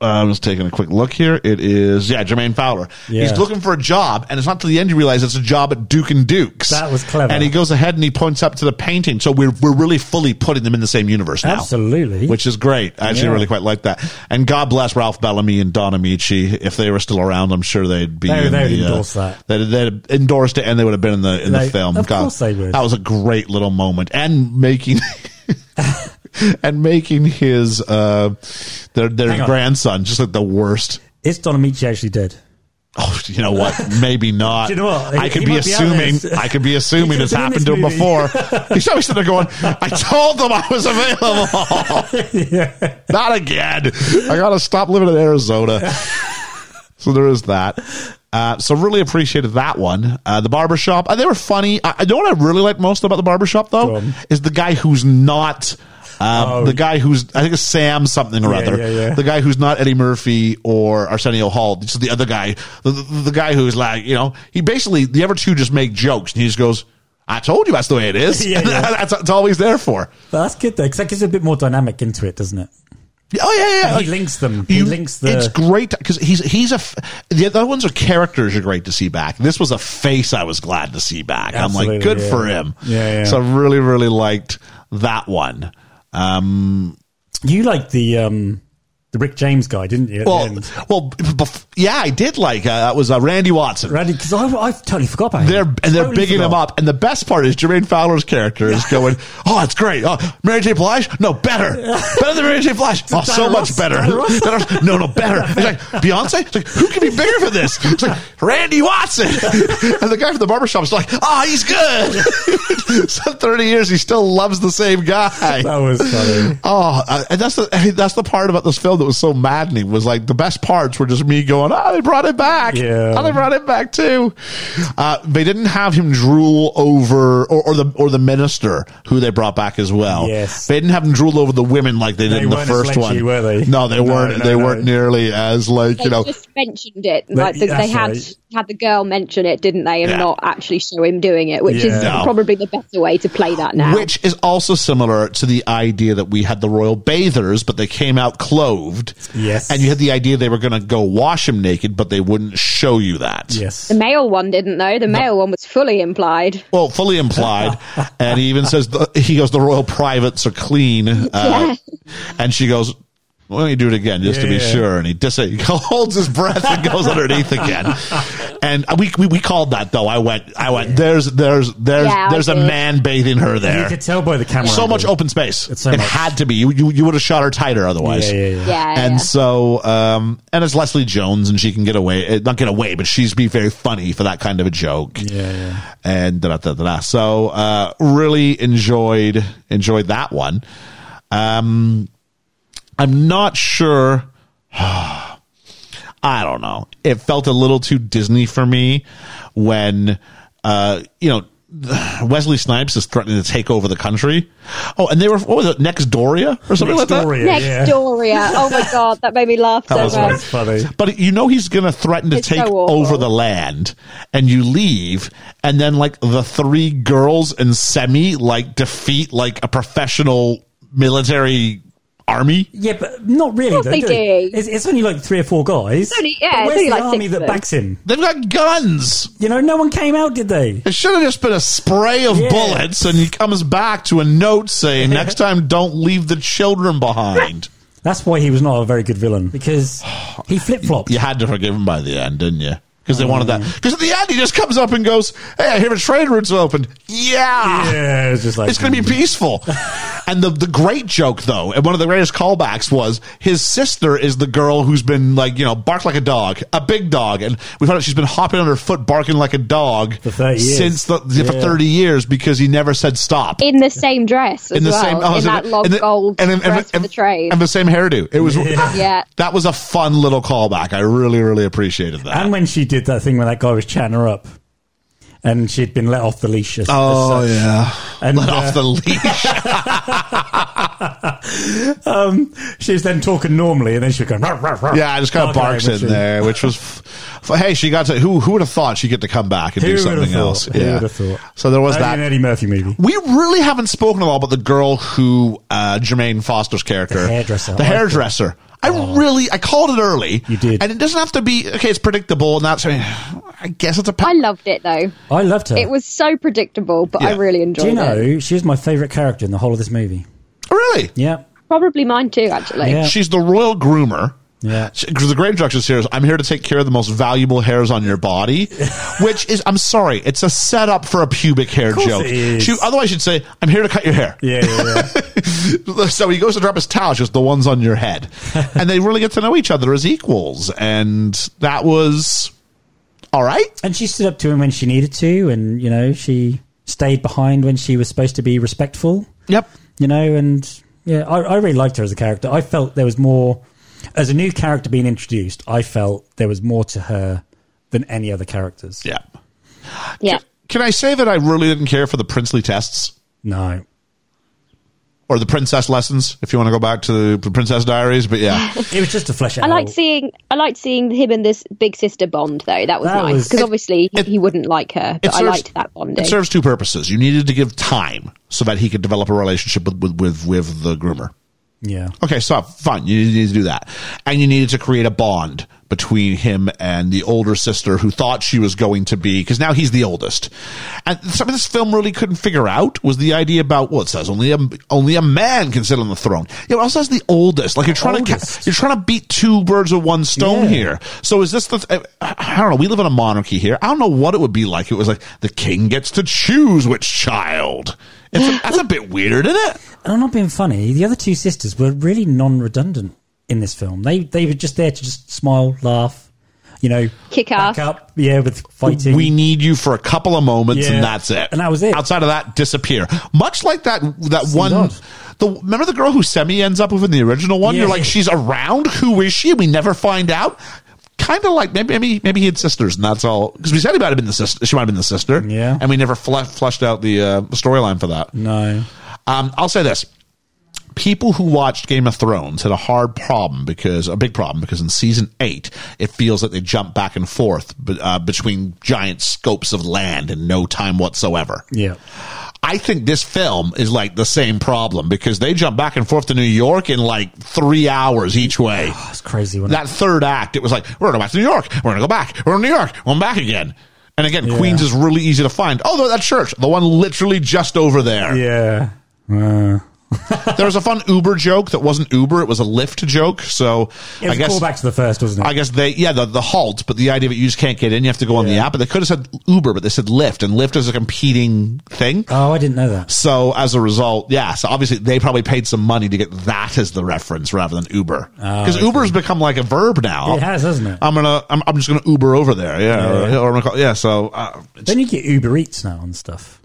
Speaker 4: Uh,
Speaker 3: I'm just taking a quick look here. It is yeah, Jermaine Fowler.
Speaker 4: Yeah.
Speaker 3: He's looking for a job, and it's not till the end you realize it's a job at Duke and Dukes.
Speaker 4: That was clever.
Speaker 3: And he goes ahead and he points up to the painting, so we're we're really fully putting them in the same universe now.
Speaker 4: absolutely.
Speaker 3: Which is great. I actually
Speaker 4: Yeah.
Speaker 3: really quite like that. And God bless Ralph Bellamy and Don Amici. If they were still around, I'm sure they'd be.
Speaker 4: They-
Speaker 3: in
Speaker 4: they'd
Speaker 3: the, uh,
Speaker 4: endorse that.
Speaker 3: They'd, they'd endorsed it, and they would have been in the in the
Speaker 4: They-
Speaker 3: film.
Speaker 4: of course they would.
Speaker 3: That was a great little moment, and making (laughs) and making his uh their
Speaker 4: Hang
Speaker 3: their
Speaker 4: on.
Speaker 3: grandson just like the worst.
Speaker 4: is Don Amici actually dead?
Speaker 3: Oh, you know what?
Speaker 4: (laughs)
Speaker 3: Maybe not.
Speaker 4: Do you know what?
Speaker 3: I
Speaker 4: He-
Speaker 3: could
Speaker 4: he
Speaker 3: be
Speaker 4: might be out of
Speaker 3: assuming.
Speaker 4: this.
Speaker 3: I could be assuming
Speaker 4: (laughs) He
Speaker 3: it's
Speaker 4: could have
Speaker 3: happened to
Speaker 4: been
Speaker 3: him
Speaker 4: in this
Speaker 3: before.
Speaker 4: (laughs)
Speaker 3: He's always sitting there going, "I told them I was available."
Speaker 4: (laughs)
Speaker 3: Not again. I gotta stop living in
Speaker 4: (laughs)
Speaker 3: Arizona. so there is that. Uh, so really appreciated that one. Uh, the barbershop. Uh, they were funny. I, I know what I really like most about the barbershop
Speaker 4: Go
Speaker 3: though
Speaker 4: on.
Speaker 3: is the guy who's not. Um,
Speaker 4: Oh.
Speaker 3: The guy who's I think it's Sam something or
Speaker 4: Yeah,
Speaker 3: other.
Speaker 4: yeah, yeah.
Speaker 3: The guy who's not Eddie Murphy or Arsenio Hall. Just the other guy. The, the, the guy who's like you know he basically the other two just make jokes and he just goes. I told you that's the way it is.
Speaker 4: (laughs) Yeah, yeah.
Speaker 3: (laughs) that's, that's all he's there for.
Speaker 4: But that's good though, because that gives a bit more dynamic into it, doesn't it?
Speaker 3: Oh yeah, yeah.
Speaker 4: And he links them. He links the-
Speaker 3: It's great because he's he's a f- the other ones are characters are great to see back. This was a face I was glad to see back. I'm like,
Speaker 4: Absolutely,
Speaker 3: good
Speaker 4: yeah.
Speaker 3: for him.
Speaker 4: Yeah, yeah.
Speaker 3: So I really, really liked that one. Um,
Speaker 4: You liked the um, the Rick James guy, didn't you? at the
Speaker 3: well,
Speaker 4: end?
Speaker 3: well, bef- yeah, I did like uh, that was uh, Randy Watson.
Speaker 4: Randy, because I, I totally forgot about him.
Speaker 3: They're and they're
Speaker 4: Totally
Speaker 3: bigging him
Speaker 4: forgot.
Speaker 3: up, and the best part is Jermaine Fowler's character is going, "Oh, it's great! Oh, Mary J. Blige, no better, better than Mary J. Blige, oh,
Speaker 4: Diana
Speaker 3: so
Speaker 4: Ross?
Speaker 3: much better,
Speaker 4: Diana Ross?
Speaker 3: Diana- no, no better." It's like Beyonce, it's like who can be bigger for this? It's like Randy Watson, (laughs) and the guy from the barbershop is like, "Oh, he's good." (laughs) so thirty years, he still loves the same guy.
Speaker 4: That was funny.
Speaker 3: Oh, uh, and that's the I mean, that's the part about this film that was so maddening was like the best parts were just me going, "Ah, they brought it back!
Speaker 4: Yeah.
Speaker 3: Oh, they brought it back too." Uh, they didn't have him drool over or, or the or the minister who they brought back as well.
Speaker 4: Yes.
Speaker 3: they didn't have him drool over the women like they did
Speaker 4: They
Speaker 3: in the
Speaker 4: weren't as
Speaker 3: first
Speaker 4: lechy,
Speaker 3: one.
Speaker 4: were they?
Speaker 3: No, they
Speaker 4: No,
Speaker 3: weren't.
Speaker 4: no,
Speaker 3: they
Speaker 4: no.
Speaker 3: weren't nearly as like
Speaker 5: They
Speaker 3: you know.
Speaker 5: just mentioned it, like they, they
Speaker 4: that's
Speaker 5: had
Speaker 4: right.
Speaker 5: had the girl mention it, didn't they, and
Speaker 3: Yeah.
Speaker 5: not actually show him doing it, which is
Speaker 3: Yeah. No.
Speaker 5: probably the better way to play that now.
Speaker 3: Which is also similar to the idea that we had the royal bathers, but they came out clothed.
Speaker 4: Yes.
Speaker 3: And you had the idea they were going to go wash him naked, but they wouldn't show you that.
Speaker 4: Yes.
Speaker 5: the male one didn't though. The male one was fully implied.
Speaker 3: Well, fully implied. and he even says, the, he goes, the royal privates are clean. Uh, And she goes, well, let me do it again just to be
Speaker 4: Yeah, yeah.
Speaker 3: sure. And he dis- he (laughs) holds his breath and goes underneath again. And we, we we called that though. I went I went. There's there's there's
Speaker 5: Yeah, I
Speaker 3: there's a
Speaker 5: did.
Speaker 3: man bathing her there.
Speaker 4: You could tell by the camera.
Speaker 3: so
Speaker 4: angle.
Speaker 3: much open space.
Speaker 4: It's so
Speaker 3: it
Speaker 4: much.
Speaker 3: had to be. You you, you would have shot her tighter otherwise.
Speaker 4: Yeah, yeah, yeah.
Speaker 5: Yeah,
Speaker 3: And
Speaker 5: yeah.
Speaker 3: so, um, and it's Leslie Jones, and she can get away, eh, not get away, but she's be very funny for that kind of a joke.
Speaker 4: Yeah, yeah.
Speaker 3: And da da da da. da. So, uh, really enjoyed enjoyed that one. Um, I'm not sure. (sighs) I don't know. (sighs) It felt a little too Disney for me when, uh, you know, Wesley Snipes is threatening to take over the country. Oh, and they were what was it, Next Doria or something like that?
Speaker 4: Nextoria,
Speaker 5: Next
Speaker 4: yeah.
Speaker 5: Doria. Oh my god, that made me laugh so
Speaker 3: That was
Speaker 5: much.
Speaker 4: That's funny.
Speaker 3: But you know he's going to threaten to
Speaker 5: It's so
Speaker 3: take
Speaker 5: awful.
Speaker 3: over the land, and you leave, and then like the three girls and Semi like defeat like a professional military army.
Speaker 4: Yeah, but not really.
Speaker 5: course
Speaker 4: though,
Speaker 5: they
Speaker 4: do
Speaker 5: do.
Speaker 4: It's, it's only like three or four guys. It's
Speaker 5: only- yeah, it's
Speaker 4: where's
Speaker 5: only
Speaker 4: the
Speaker 5: like
Speaker 4: army
Speaker 5: six
Speaker 4: that
Speaker 5: of them.
Speaker 4: backs him?
Speaker 3: They've got guns.
Speaker 4: You know, no one came out, did they?
Speaker 3: It should have just been a spray of
Speaker 4: Yeah.
Speaker 3: bullets, and he comes back to a note
Speaker 4: (laughs)
Speaker 3: saying, "Next time, don't leave the children behind."
Speaker 4: That's why he was not a very good villain because he flip flopped.
Speaker 3: you had to forgive him by the end, didn't you? Because they wanted that.
Speaker 4: Mm.
Speaker 3: Because at the end, he just comes up and goes, "Hey, I hear a trade route's open." Yeah,
Speaker 4: Yeah, it's just like
Speaker 3: it's going to be peaceful.
Speaker 4: (laughs)
Speaker 3: and the the great joke though, and one of the greatest callbacks was his sister is the girl who's been like you know barked like a dog, a big dog, and we found out she's been hopping on her foot barking like a dog
Speaker 4: For 30 years.
Speaker 3: since the, for
Speaker 4: Yeah.
Speaker 3: thirty years because he never said stop.
Speaker 5: In the same dress as
Speaker 3: in the
Speaker 5: well.
Speaker 3: same, oh,
Speaker 5: in
Speaker 3: so
Speaker 5: that
Speaker 3: the-
Speaker 5: long
Speaker 3: and the-
Speaker 5: gold
Speaker 3: and- and-
Speaker 5: dress for
Speaker 3: and-
Speaker 5: the trade.
Speaker 3: and the same hairdo. It
Speaker 4: (laughs)
Speaker 3: was
Speaker 5: yeah.
Speaker 3: that was a fun little callback. I really, really appreciated that.
Speaker 4: And when she did that thing when that guy was chatting her up, and she'd been let off the leash. As,
Speaker 3: Oh
Speaker 4: as such.
Speaker 3: yeah,
Speaker 4: And,
Speaker 3: let
Speaker 4: uh,
Speaker 3: off the
Speaker 4: (laughs)
Speaker 3: leash.
Speaker 4: She was then talking normally, and then she was going. "Ruff, ruff, ruff."
Speaker 3: yeah, I just kind of
Speaker 4: Okay,
Speaker 3: barks in
Speaker 4: which is-
Speaker 3: there, which was. F- f- hey, she got to who? Who would have thought she would get to come back and do
Speaker 4: Who would have
Speaker 3: something
Speaker 4: thought?
Speaker 3: else?
Speaker 4: Who would have thought?
Speaker 3: So there was
Speaker 4: Only an
Speaker 3: that.
Speaker 4: Eddie Murphy movie.
Speaker 3: We really haven't spoken at all about the girl who uh, Jermaine Foster's character,
Speaker 4: The hairdresser.
Speaker 3: the
Speaker 4: I liked it.
Speaker 3: hairdresser. I really, I called it early.
Speaker 4: You did.
Speaker 3: and it doesn't have to be okay. It's predictable, and that's. I, mean, I guess it's a. Pe-
Speaker 5: I loved it though.
Speaker 4: I loved her.
Speaker 5: It was so predictable, but I
Speaker 3: Yeah.
Speaker 5: really
Speaker 4: Do
Speaker 5: enjoyed
Speaker 4: you
Speaker 5: it.
Speaker 4: know she is my favourite character in the whole of this movie?
Speaker 3: really,
Speaker 4: Yeah,
Speaker 5: Probably mine too, actually.
Speaker 4: Yeah.
Speaker 3: she's the royal groomer.
Speaker 4: yeah.
Speaker 3: because the great instructions here is I'm here to take care of the most valuable hairs on your
Speaker 4: (laughs)
Speaker 3: body, which is I'm sorry, it's a setup for a pubic hair
Speaker 4: course
Speaker 3: joke.
Speaker 4: it is.
Speaker 3: She, otherwise, she'd say I'm here to cut your hair.
Speaker 4: Yeah, yeah, yeah.
Speaker 3: (laughs) so he goes to drop his towel, it's just the ones on your
Speaker 4: (laughs)
Speaker 3: head, and they really get to know each other as equals, and that was all right.
Speaker 4: and she stood up to him when she needed to, and you know she stayed behind when she was supposed to be respectful.
Speaker 3: Yep.
Speaker 4: you know, and yeah, I, I really liked her as a character. I felt there was more, as a new character being introduced, I felt there was more to her than any other characters.
Speaker 3: Yep.
Speaker 5: Yeah.
Speaker 3: Can I say that I really didn't care for the princely tests?
Speaker 4: No.
Speaker 3: Or the princess lessons, if you want to go back to the Princess Diaries, but yeah,
Speaker 4: (laughs) It was just a flesh out.
Speaker 5: I liked seeing I liked seeing him and this big sister bond though. That was
Speaker 4: That was-
Speaker 5: nice because
Speaker 4: It-
Speaker 5: obviously he-
Speaker 3: it-
Speaker 5: he wouldn't like her, but I liked that bonding.
Speaker 3: It serves two purposes. You needed to give time so that he could develop a relationship with with with, with the groomer.
Speaker 4: Yeah.
Speaker 3: Okay, so fine. You needed to do that, and you needed to create a bond between him and the older sister who thought she was going to be because now he's the oldest. And something this film really couldn't figure out was the idea about well, it says only a only a man can sit on the throne. Yeah, but It also says the oldest. Like you're trying to
Speaker 4: Oldest.
Speaker 3: you're trying to beat two birds with one stone
Speaker 4: Yeah.
Speaker 3: here. So is this the? I I don't know. We live in a monarchy here. I don't know what it would be like. if It was like the king gets to choose which child. It's a, that's a bit weird, isn't it?
Speaker 4: And I'm not being funny. The other two sisters were really non-redundant in this film. They they were just there to just smile, laugh, you know,
Speaker 5: Kick
Speaker 4: back
Speaker 5: ass.
Speaker 4: up, yeah, with fighting.
Speaker 3: We need you for a couple of moments,
Speaker 4: Yeah.
Speaker 3: and that's it.
Speaker 4: And that was it.
Speaker 3: Outside of that, disappear. Much like that that one.
Speaker 4: odd.
Speaker 3: The remember the girl who Semi ends up with in the original one. You're
Speaker 4: Yeah.
Speaker 3: like, she's around. Who is she? We never find out. Kind of like maybe maybe maybe he had sisters, and that's all. Because we said he might have been the sister. She might have been the sister.
Speaker 4: Yeah.
Speaker 3: and we never fle- fleshed out the uh, storyline for that.
Speaker 4: no.
Speaker 3: Um, I'll say this. People who watched Game of Thrones had a hard problem because a big problem because in season eight it feels like they jump back and forth be- uh, between giant scopes of land in no time whatsoever.
Speaker 4: Yeah.
Speaker 3: I think this film is like the same problem because they jump back and forth to New York in like three hours each way.
Speaker 4: That's crazy. When
Speaker 3: That third act, it was like we're gonna go back to New York, we're gonna go back, we're in New York, we're back again. And again,
Speaker 4: Yeah.
Speaker 3: Queens is really easy to find. Oh, that church, the one literally just over there.
Speaker 4: yeah. Uh,
Speaker 3: There was a fun Uber joke that wasn't Uber; it was a Lyft joke. So
Speaker 4: it was
Speaker 3: I
Speaker 4: a
Speaker 3: guess
Speaker 4: callback to the first, wasn't it?
Speaker 3: I guess they yeah the the halt, but the idea that you just can't get in, you have to go on the
Speaker 4: Yeah.
Speaker 3: app. But they could have said Uber, but they said Lyft, and Lyft is a competing thing.
Speaker 4: oh, I didn't know that.
Speaker 3: So as a result, yeah. So obviously they probably paid some money to get that as the reference rather than Uber, because Uber's become like a verb now.
Speaker 4: Oh, It has, hasn't it?
Speaker 3: I'm gonna I'm, I'm just gonna Uber over there, yeah, or-
Speaker 4: Yeah.
Speaker 3: Or, I'm gonna call, yeah. So uh, it's-
Speaker 4: Then you get Uber Eats now and stuff.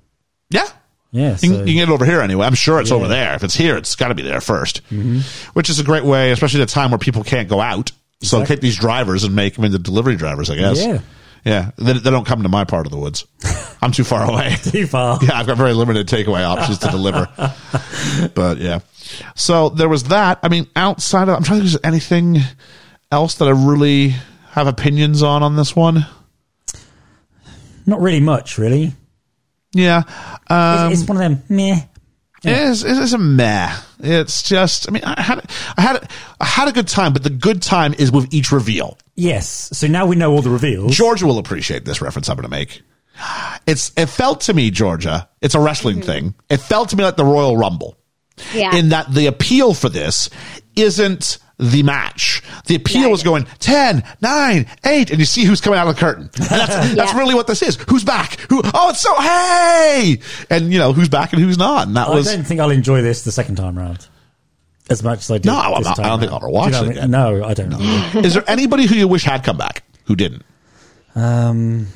Speaker 3: yeah.
Speaker 4: Yeah.
Speaker 3: You,
Speaker 4: so-
Speaker 3: can, you can get it over here anyway. I'm sure it's
Speaker 4: Yeah. Mm-hmm.
Speaker 3: over there. If it's here, it's got to be there 1st which is a great way, especially at a time where people can't go out. So
Speaker 4: Exactly.
Speaker 3: take these drivers and make them into delivery drivers, I guess.
Speaker 4: Yeah. (laughs)
Speaker 3: Yeah. They, they don't come to my part of the woods. I'm too far away. (laughs)
Speaker 4: Too far.
Speaker 3: yeah, I've got very limited takeaway options to
Speaker 4: (laughs)
Speaker 3: deliver. but yeah. So there was that. I mean, outside of, I'm trying to think if there's anything else that I really have opinions on on this one.
Speaker 4: Not really much, really.
Speaker 3: Yeah. Um,
Speaker 4: it's, it's one of them meh.
Speaker 3: It's, it's, it's a meh. It's just, I mean, I had, I had, I had a good time, but the good time is with each reveal.
Speaker 4: Yes. So now we know all the reveals.
Speaker 3: Georgia will appreciate this reference I'm going to make. It's, it felt to me, Georgia, it's a wrestling thing. It felt to me like the Royal Rumble.
Speaker 5: Mm-hmm. Yeah.
Speaker 3: in that the appeal for this isn't the match. The appeal
Speaker 5: Yeah,
Speaker 3: is
Speaker 5: yeah.
Speaker 3: going 10, 9, 8, and you see who's coming out of the curtain. And that's,
Speaker 5: (laughs)
Speaker 3: that's
Speaker 5: Yeah.
Speaker 3: really what this is. Who's back? Who, oh, it's so, hey! And, you know, who's back and who's not. And that
Speaker 4: I
Speaker 3: was,
Speaker 4: don't think I'll enjoy this the second time round as much as I did.
Speaker 3: No, I'm
Speaker 4: this
Speaker 3: not- I
Speaker 4: time
Speaker 3: don't think
Speaker 4: round.
Speaker 3: I'll watch
Speaker 4: Do you know
Speaker 3: it
Speaker 4: what I mean? No, I don't.
Speaker 3: is there anybody who you wish had come back who didn't?
Speaker 4: Um,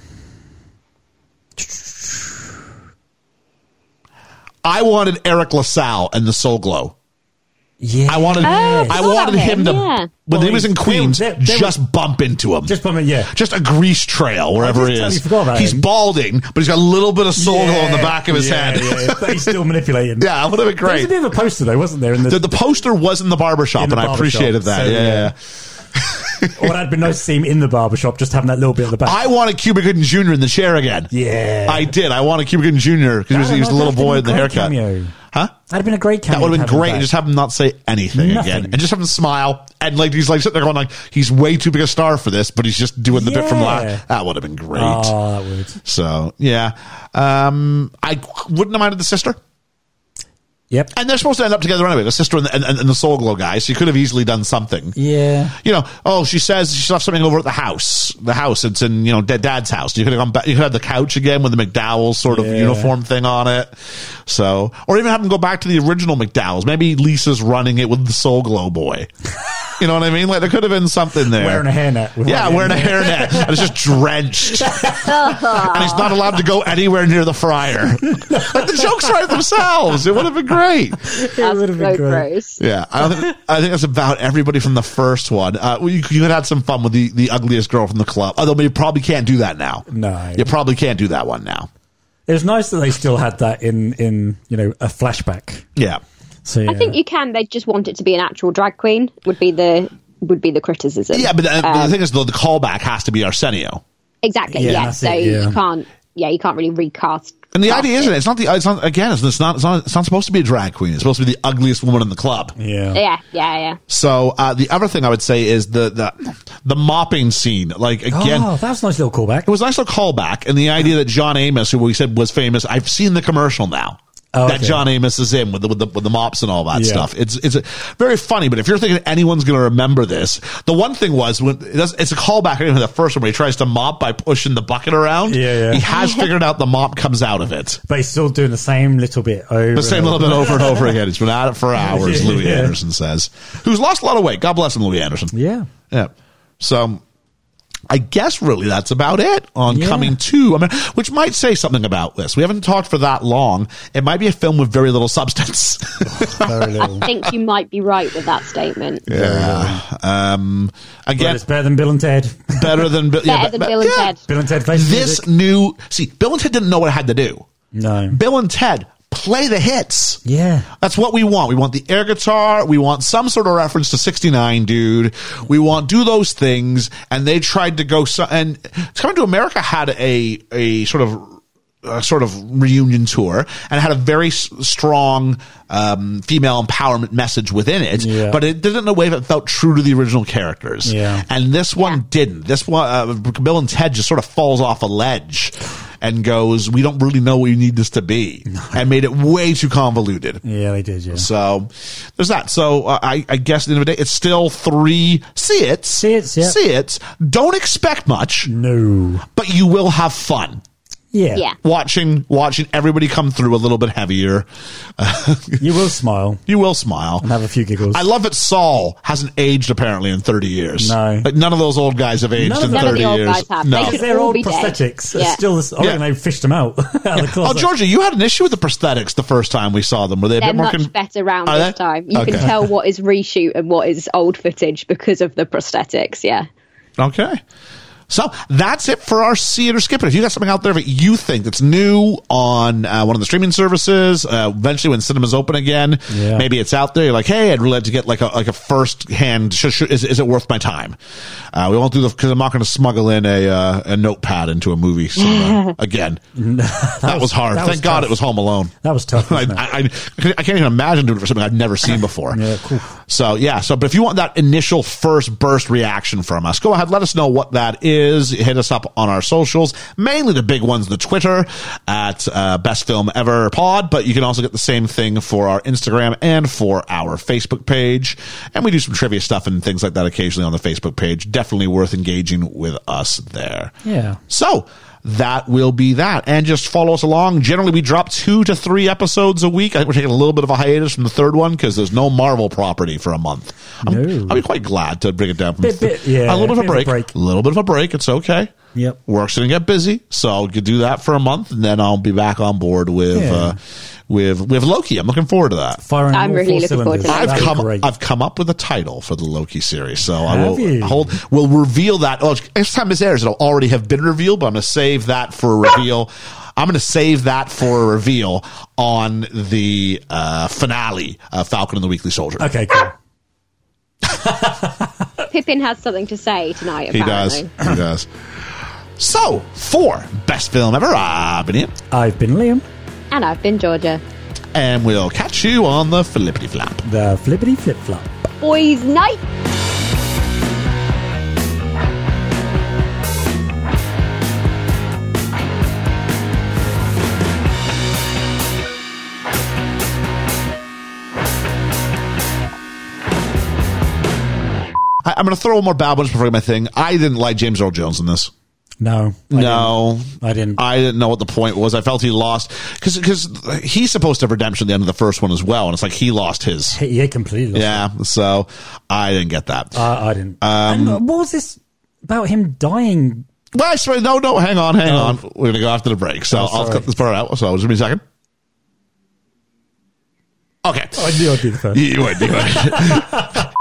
Speaker 3: I wanted Eric LaSalle and the Soul Glow.
Speaker 4: (gasps) yeah,
Speaker 3: I wanted,
Speaker 5: Oh,
Speaker 3: I
Speaker 5: I saw
Speaker 3: wanted
Speaker 5: that
Speaker 3: him
Speaker 5: bit,
Speaker 3: to,
Speaker 5: yeah.
Speaker 3: when
Speaker 4: Well,
Speaker 3: he was in
Speaker 4: they-
Speaker 3: Queens,
Speaker 4: they- they
Speaker 3: just bump into him.
Speaker 4: just put me. Yeah,
Speaker 3: just a grease trail wherever
Speaker 4: I
Speaker 3: he
Speaker 4: just
Speaker 3: is.
Speaker 4: totally forgot about
Speaker 3: He's
Speaker 4: him.
Speaker 3: balding, but he's got a little bit of soul
Speaker 4: Yeah,
Speaker 3: on the back of his
Speaker 4: yeah,
Speaker 3: head. (laughs) Yeah,
Speaker 4: yeah. But he's
Speaker 3: (laughs)
Speaker 4: still manipulating.
Speaker 3: that would have been
Speaker 4: There was a
Speaker 3: great.
Speaker 4: bit of a poster though, wasn't there? In the,
Speaker 3: The, the poster was in the barbershop,
Speaker 4: In the
Speaker 3: and I
Speaker 4: barber
Speaker 3: appreciated
Speaker 4: shop,
Speaker 3: that.
Speaker 4: so,
Speaker 3: yeah.
Speaker 4: yeah. or it had been nice to see him in the barbershop, just having that little bit at the back.
Speaker 3: I wanted Cuba Gooden Jr. in the chair again.
Speaker 4: yeah,
Speaker 3: I did. I wanted Cuba Gooden Jr. because he was,
Speaker 4: I
Speaker 3: he was
Speaker 4: don't
Speaker 3: a
Speaker 4: know,
Speaker 3: little
Speaker 4: that'd been
Speaker 3: boy
Speaker 4: a
Speaker 3: in the
Speaker 4: great
Speaker 3: haircut.
Speaker 4: cameo.
Speaker 3: Huh?
Speaker 4: That'd have been a great cameo.
Speaker 3: That would have
Speaker 4: having
Speaker 3: been great.
Speaker 4: him
Speaker 3: and
Speaker 4: back.
Speaker 3: Just have him not say anything
Speaker 4: Nothing.
Speaker 3: again, and just have him smile and like he's like sitting there going like he's way too big a star for this, but he's just doing the bit from
Speaker 4: Yeah.
Speaker 3: last. That would have been great.
Speaker 4: Oh, that would.
Speaker 3: So yeah, um, I wouldn't have minded the sister.
Speaker 4: Yep.
Speaker 3: And they're supposed to end up together anyway, the sister and the, and, and the Soul Glow guy. So you could have easily done something.
Speaker 4: Yeah.
Speaker 3: You know, oh, she says she left something over at the house. The house, it's in, you know, dad- dad's house. You could have gone back, you could have the couch again with the McDowell sort of
Speaker 4: Yeah.
Speaker 3: uniform thing on it. So, or even have them go back to the original McDowell's. Maybe Lisa's running it with the Soul Glow boy. you know what I mean? Like there could have been something there.
Speaker 4: Wearing a hairnet. with
Speaker 3: yeah,
Speaker 4: like-
Speaker 3: wearing a hairnet. and it's just drenched. and he's not allowed to go anywhere near the fryer. like the jokes write themselves. It would have been great.
Speaker 5: That's
Speaker 4: would've been great.
Speaker 5: so gross.
Speaker 3: Yeah, I don't think I think that's about everybody from the first one. Uh, well, you, you had had some fun with the, the ugliest girl from the club, although you probably can't do that now.
Speaker 4: No.
Speaker 3: you probably can't do that one now.
Speaker 4: It was nice that they still had that in in you know a flashback.
Speaker 3: Yeah,
Speaker 4: So
Speaker 5: I think you can. They just want it to be an actual drag queen. Would be the would be the criticism.
Speaker 3: yeah, but, uh, but
Speaker 5: Um,
Speaker 3: the thing is, though, the callback has to be Arsenio.
Speaker 5: exactly.
Speaker 4: Yeah,
Speaker 5: Yeah.
Speaker 4: that's
Speaker 5: So
Speaker 4: it, yeah.
Speaker 5: you can't. Yeah, you can't really recast.
Speaker 3: And the
Speaker 5: cast
Speaker 3: idea
Speaker 5: it.
Speaker 3: isn't it? It's not the it's not again. It's, it's not it's not it's not supposed to be a drag queen. It's supposed to be the ugliest woman in the club.
Speaker 4: Yeah.
Speaker 5: Yeah, yeah, yeah.
Speaker 3: So uh, the other thing I would say is the the the mopping scene. Like again,
Speaker 4: Oh, that was a nice little callback.
Speaker 3: it was a nice little callback, and the idea that John Amos, who we said was famous, I've seen the commercial now.
Speaker 4: Oh,
Speaker 3: that
Speaker 4: okay.
Speaker 3: John Amos is in with the, with the with the mops and all that
Speaker 4: Yeah.
Speaker 3: stuff. It's it's very funny, but if you're thinking anyone's going to remember this, the one thing was when it does- it's a callback even to the first one where he tries to mop by pushing the bucket around.
Speaker 4: Yeah, yeah.
Speaker 3: he has figured out the mop comes out of it.
Speaker 4: But he's still doing the same little bit over.
Speaker 3: The same little bit over and over again. He's been at it for hours.
Speaker 4: (laughs) Yeah.
Speaker 3: Louis Anderson says, who's lost a lot of weight. God bless him, Louis Anderson.
Speaker 4: Yeah.
Speaker 3: Yeah. So I guess really that's about it on
Speaker 4: Yeah.
Speaker 3: coming to. I mean, which might say something about this. We haven't talked for that long. It might be a film with very little substance.
Speaker 4: Very little.
Speaker 5: I think you might be right with that statement.
Speaker 3: yeah. (laughs) Um,
Speaker 4: But
Speaker 3: again,
Speaker 4: it's better than Bill and Ted. (laughs)
Speaker 3: better than Bill, yeah,
Speaker 5: Better
Speaker 3: but-
Speaker 5: than
Speaker 3: but-
Speaker 5: Bill and
Speaker 3: yeah.
Speaker 5: Ted.
Speaker 4: Bill and Ted face
Speaker 3: This new see, Bill and Ted didn't know what it had to do.
Speaker 4: No.
Speaker 3: Bill and Ted play the hits.
Speaker 4: Yeah.
Speaker 3: That's what we want. We want the air guitar. We want some sort of reference to 69, dude. We want do those things. And they tried to go, so, and Coming to America had a, a sort of, a sort of reunion tour and had a very s- strong um, female empowerment message within it,
Speaker 4: Yeah.
Speaker 3: but it did it in a way that felt true to the original characters.
Speaker 4: Yeah.
Speaker 3: And this one didn't. This one, uh, Bill and Ted just sort of falls off a ledge and goes, "We don't really know what you need this to be," and made it way too convoluted.
Speaker 4: Yeah, they did. Yeah.
Speaker 3: So there's that. So uh, I, I guess at the end of the day, it's still three see it,
Speaker 4: See it's, yeah.
Speaker 3: see it. Don't expect much,
Speaker 4: No.
Speaker 3: but you will have fun
Speaker 4: Yeah.
Speaker 5: Yeah.
Speaker 3: watching watching everybody come through a little bit heavier. (laughs)
Speaker 4: You will smile
Speaker 3: You will smile.
Speaker 4: and have a few giggles.
Speaker 3: I love that Saul hasn't aged apparently in 30 years.
Speaker 4: No.
Speaker 3: Like none of those old guys have aged
Speaker 4: None
Speaker 3: in
Speaker 4: of them.
Speaker 5: None of
Speaker 3: 30
Speaker 5: the old
Speaker 3: years.
Speaker 5: guys have.
Speaker 3: No.
Speaker 5: They
Speaker 4: because
Speaker 5: should
Speaker 4: they're
Speaker 5: all
Speaker 4: all
Speaker 5: be dead.
Speaker 4: prosthetics. It's
Speaker 5: Yeah.
Speaker 4: still this. I
Speaker 3: Yeah.
Speaker 4: reckon they fished them out. (laughs) out of the
Speaker 3: Oh,
Speaker 4: closet.
Speaker 3: Georgia, you had an issue with the prosthetics the first time we saw them. Were they a
Speaker 5: They're
Speaker 3: bit more
Speaker 5: much
Speaker 3: con-
Speaker 5: better round
Speaker 3: Are
Speaker 5: this
Speaker 3: they?
Speaker 5: time. You
Speaker 3: Okay.
Speaker 5: can tell what is reshoot and what is old footage because of the prosthetics. Yeah.
Speaker 3: Okay. So that's it for our see it or skip it. If you got something out there that you think that's new on uh, one of the streaming services, uh, eventually when cinemas open again,
Speaker 4: Yeah.
Speaker 3: maybe it's out there. You're like, hey, I'd really like to get like a like a first hand. Sh- sh- is, is it worth my time? Uh, we won't do the because I'm not going to smuggle in a uh, a notepad into a movie
Speaker 4: (laughs)
Speaker 3: cinema again. that, was hard.
Speaker 4: that
Speaker 3: Thank
Speaker 4: was
Speaker 3: God it
Speaker 4: tough.
Speaker 3: was Home Alone.
Speaker 4: That was tough,
Speaker 3: I,
Speaker 4: wasn't
Speaker 3: (laughs)
Speaker 4: it?
Speaker 3: I, I, I can't even imagine doing it for something I've never seen before.
Speaker 4: Yeah, cool.
Speaker 3: So yeah, so but if you want that initial first burst reaction from us, go ahead, let us know what that is. Hit us up on our socials, mainly the big ones, the Twitter at uh, Best Film Ever Pod, but you can also get the same thing for our Instagram and for our Facebook page, and we do some trivia stuff and things like that occasionally on the Facebook page. Definitely worth engaging with us there.
Speaker 4: Yeah.
Speaker 3: So that will be that. And just follow us along. Generally, we drop two to three episodes a week. I think we're taking a little bit of a hiatus from the third one because there's no Marvel property for a month. I'm,
Speaker 4: No.
Speaker 3: I'll be quite glad to bring it down from
Speaker 4: Bit-
Speaker 3: the-
Speaker 4: bit- yeah,
Speaker 3: a little bit of a break.
Speaker 4: break.
Speaker 3: A little bit of a break. It's okay.
Speaker 4: Yep.
Speaker 3: Work's going to get busy. So I'll do that for a month and then I'll be back on board with,
Speaker 4: Yeah.
Speaker 3: uh, with, with Loki. I'm looking forward to that.
Speaker 4: Firing
Speaker 5: I'm
Speaker 4: all four
Speaker 5: really looking forward to
Speaker 4: cylinders.
Speaker 5: that.
Speaker 3: I've
Speaker 4: That'd be
Speaker 3: come.
Speaker 4: great.
Speaker 3: I've come up with a title for the Loki series, so I
Speaker 4: Have
Speaker 3: will
Speaker 4: you?
Speaker 3: hold. We'll reveal that. Oh, next time this airs, it'll already have been revealed. But I'm going to save that for a
Speaker 4: (laughs)
Speaker 3: reveal. I'm going to save that for a reveal on the uh, finale of Falcon and the Weekly Soldier.
Speaker 4: okay, cool.
Speaker 5: Pippin has something to say tonight.
Speaker 3: He does.
Speaker 5: apparently.
Speaker 3: He does. So for best film ever, I've been Ian,
Speaker 4: I've been Liam,
Speaker 5: And I've been Georgia.
Speaker 3: and we'll catch you on the flippity flap.
Speaker 4: the flippity flip flop.
Speaker 5: Boys' night.
Speaker 3: I, I'm going to throw one more bad ones before I get my thing. I didn't like James Earl Jones in this.
Speaker 4: No, I
Speaker 3: no,
Speaker 4: didn't. I didn't.
Speaker 3: I didn't know what the point was. I felt he lost because he's supposed to have redemption at the end of the first one as well, and it's like he lost his.
Speaker 4: He- yeah, completely. lost
Speaker 3: Yeah, so I didn't get that.
Speaker 4: I, I didn't.
Speaker 3: Um,
Speaker 4: and what was this about him dying?
Speaker 3: well, I swear, no, no, hang on, hang on. We're gonna go after the break, so
Speaker 4: Oh,
Speaker 3: I'll
Speaker 4: sorry.
Speaker 3: cut this part out. So just give me a second. Okay.
Speaker 4: I knew I'd be the first. (laughs)
Speaker 3: You would, you would.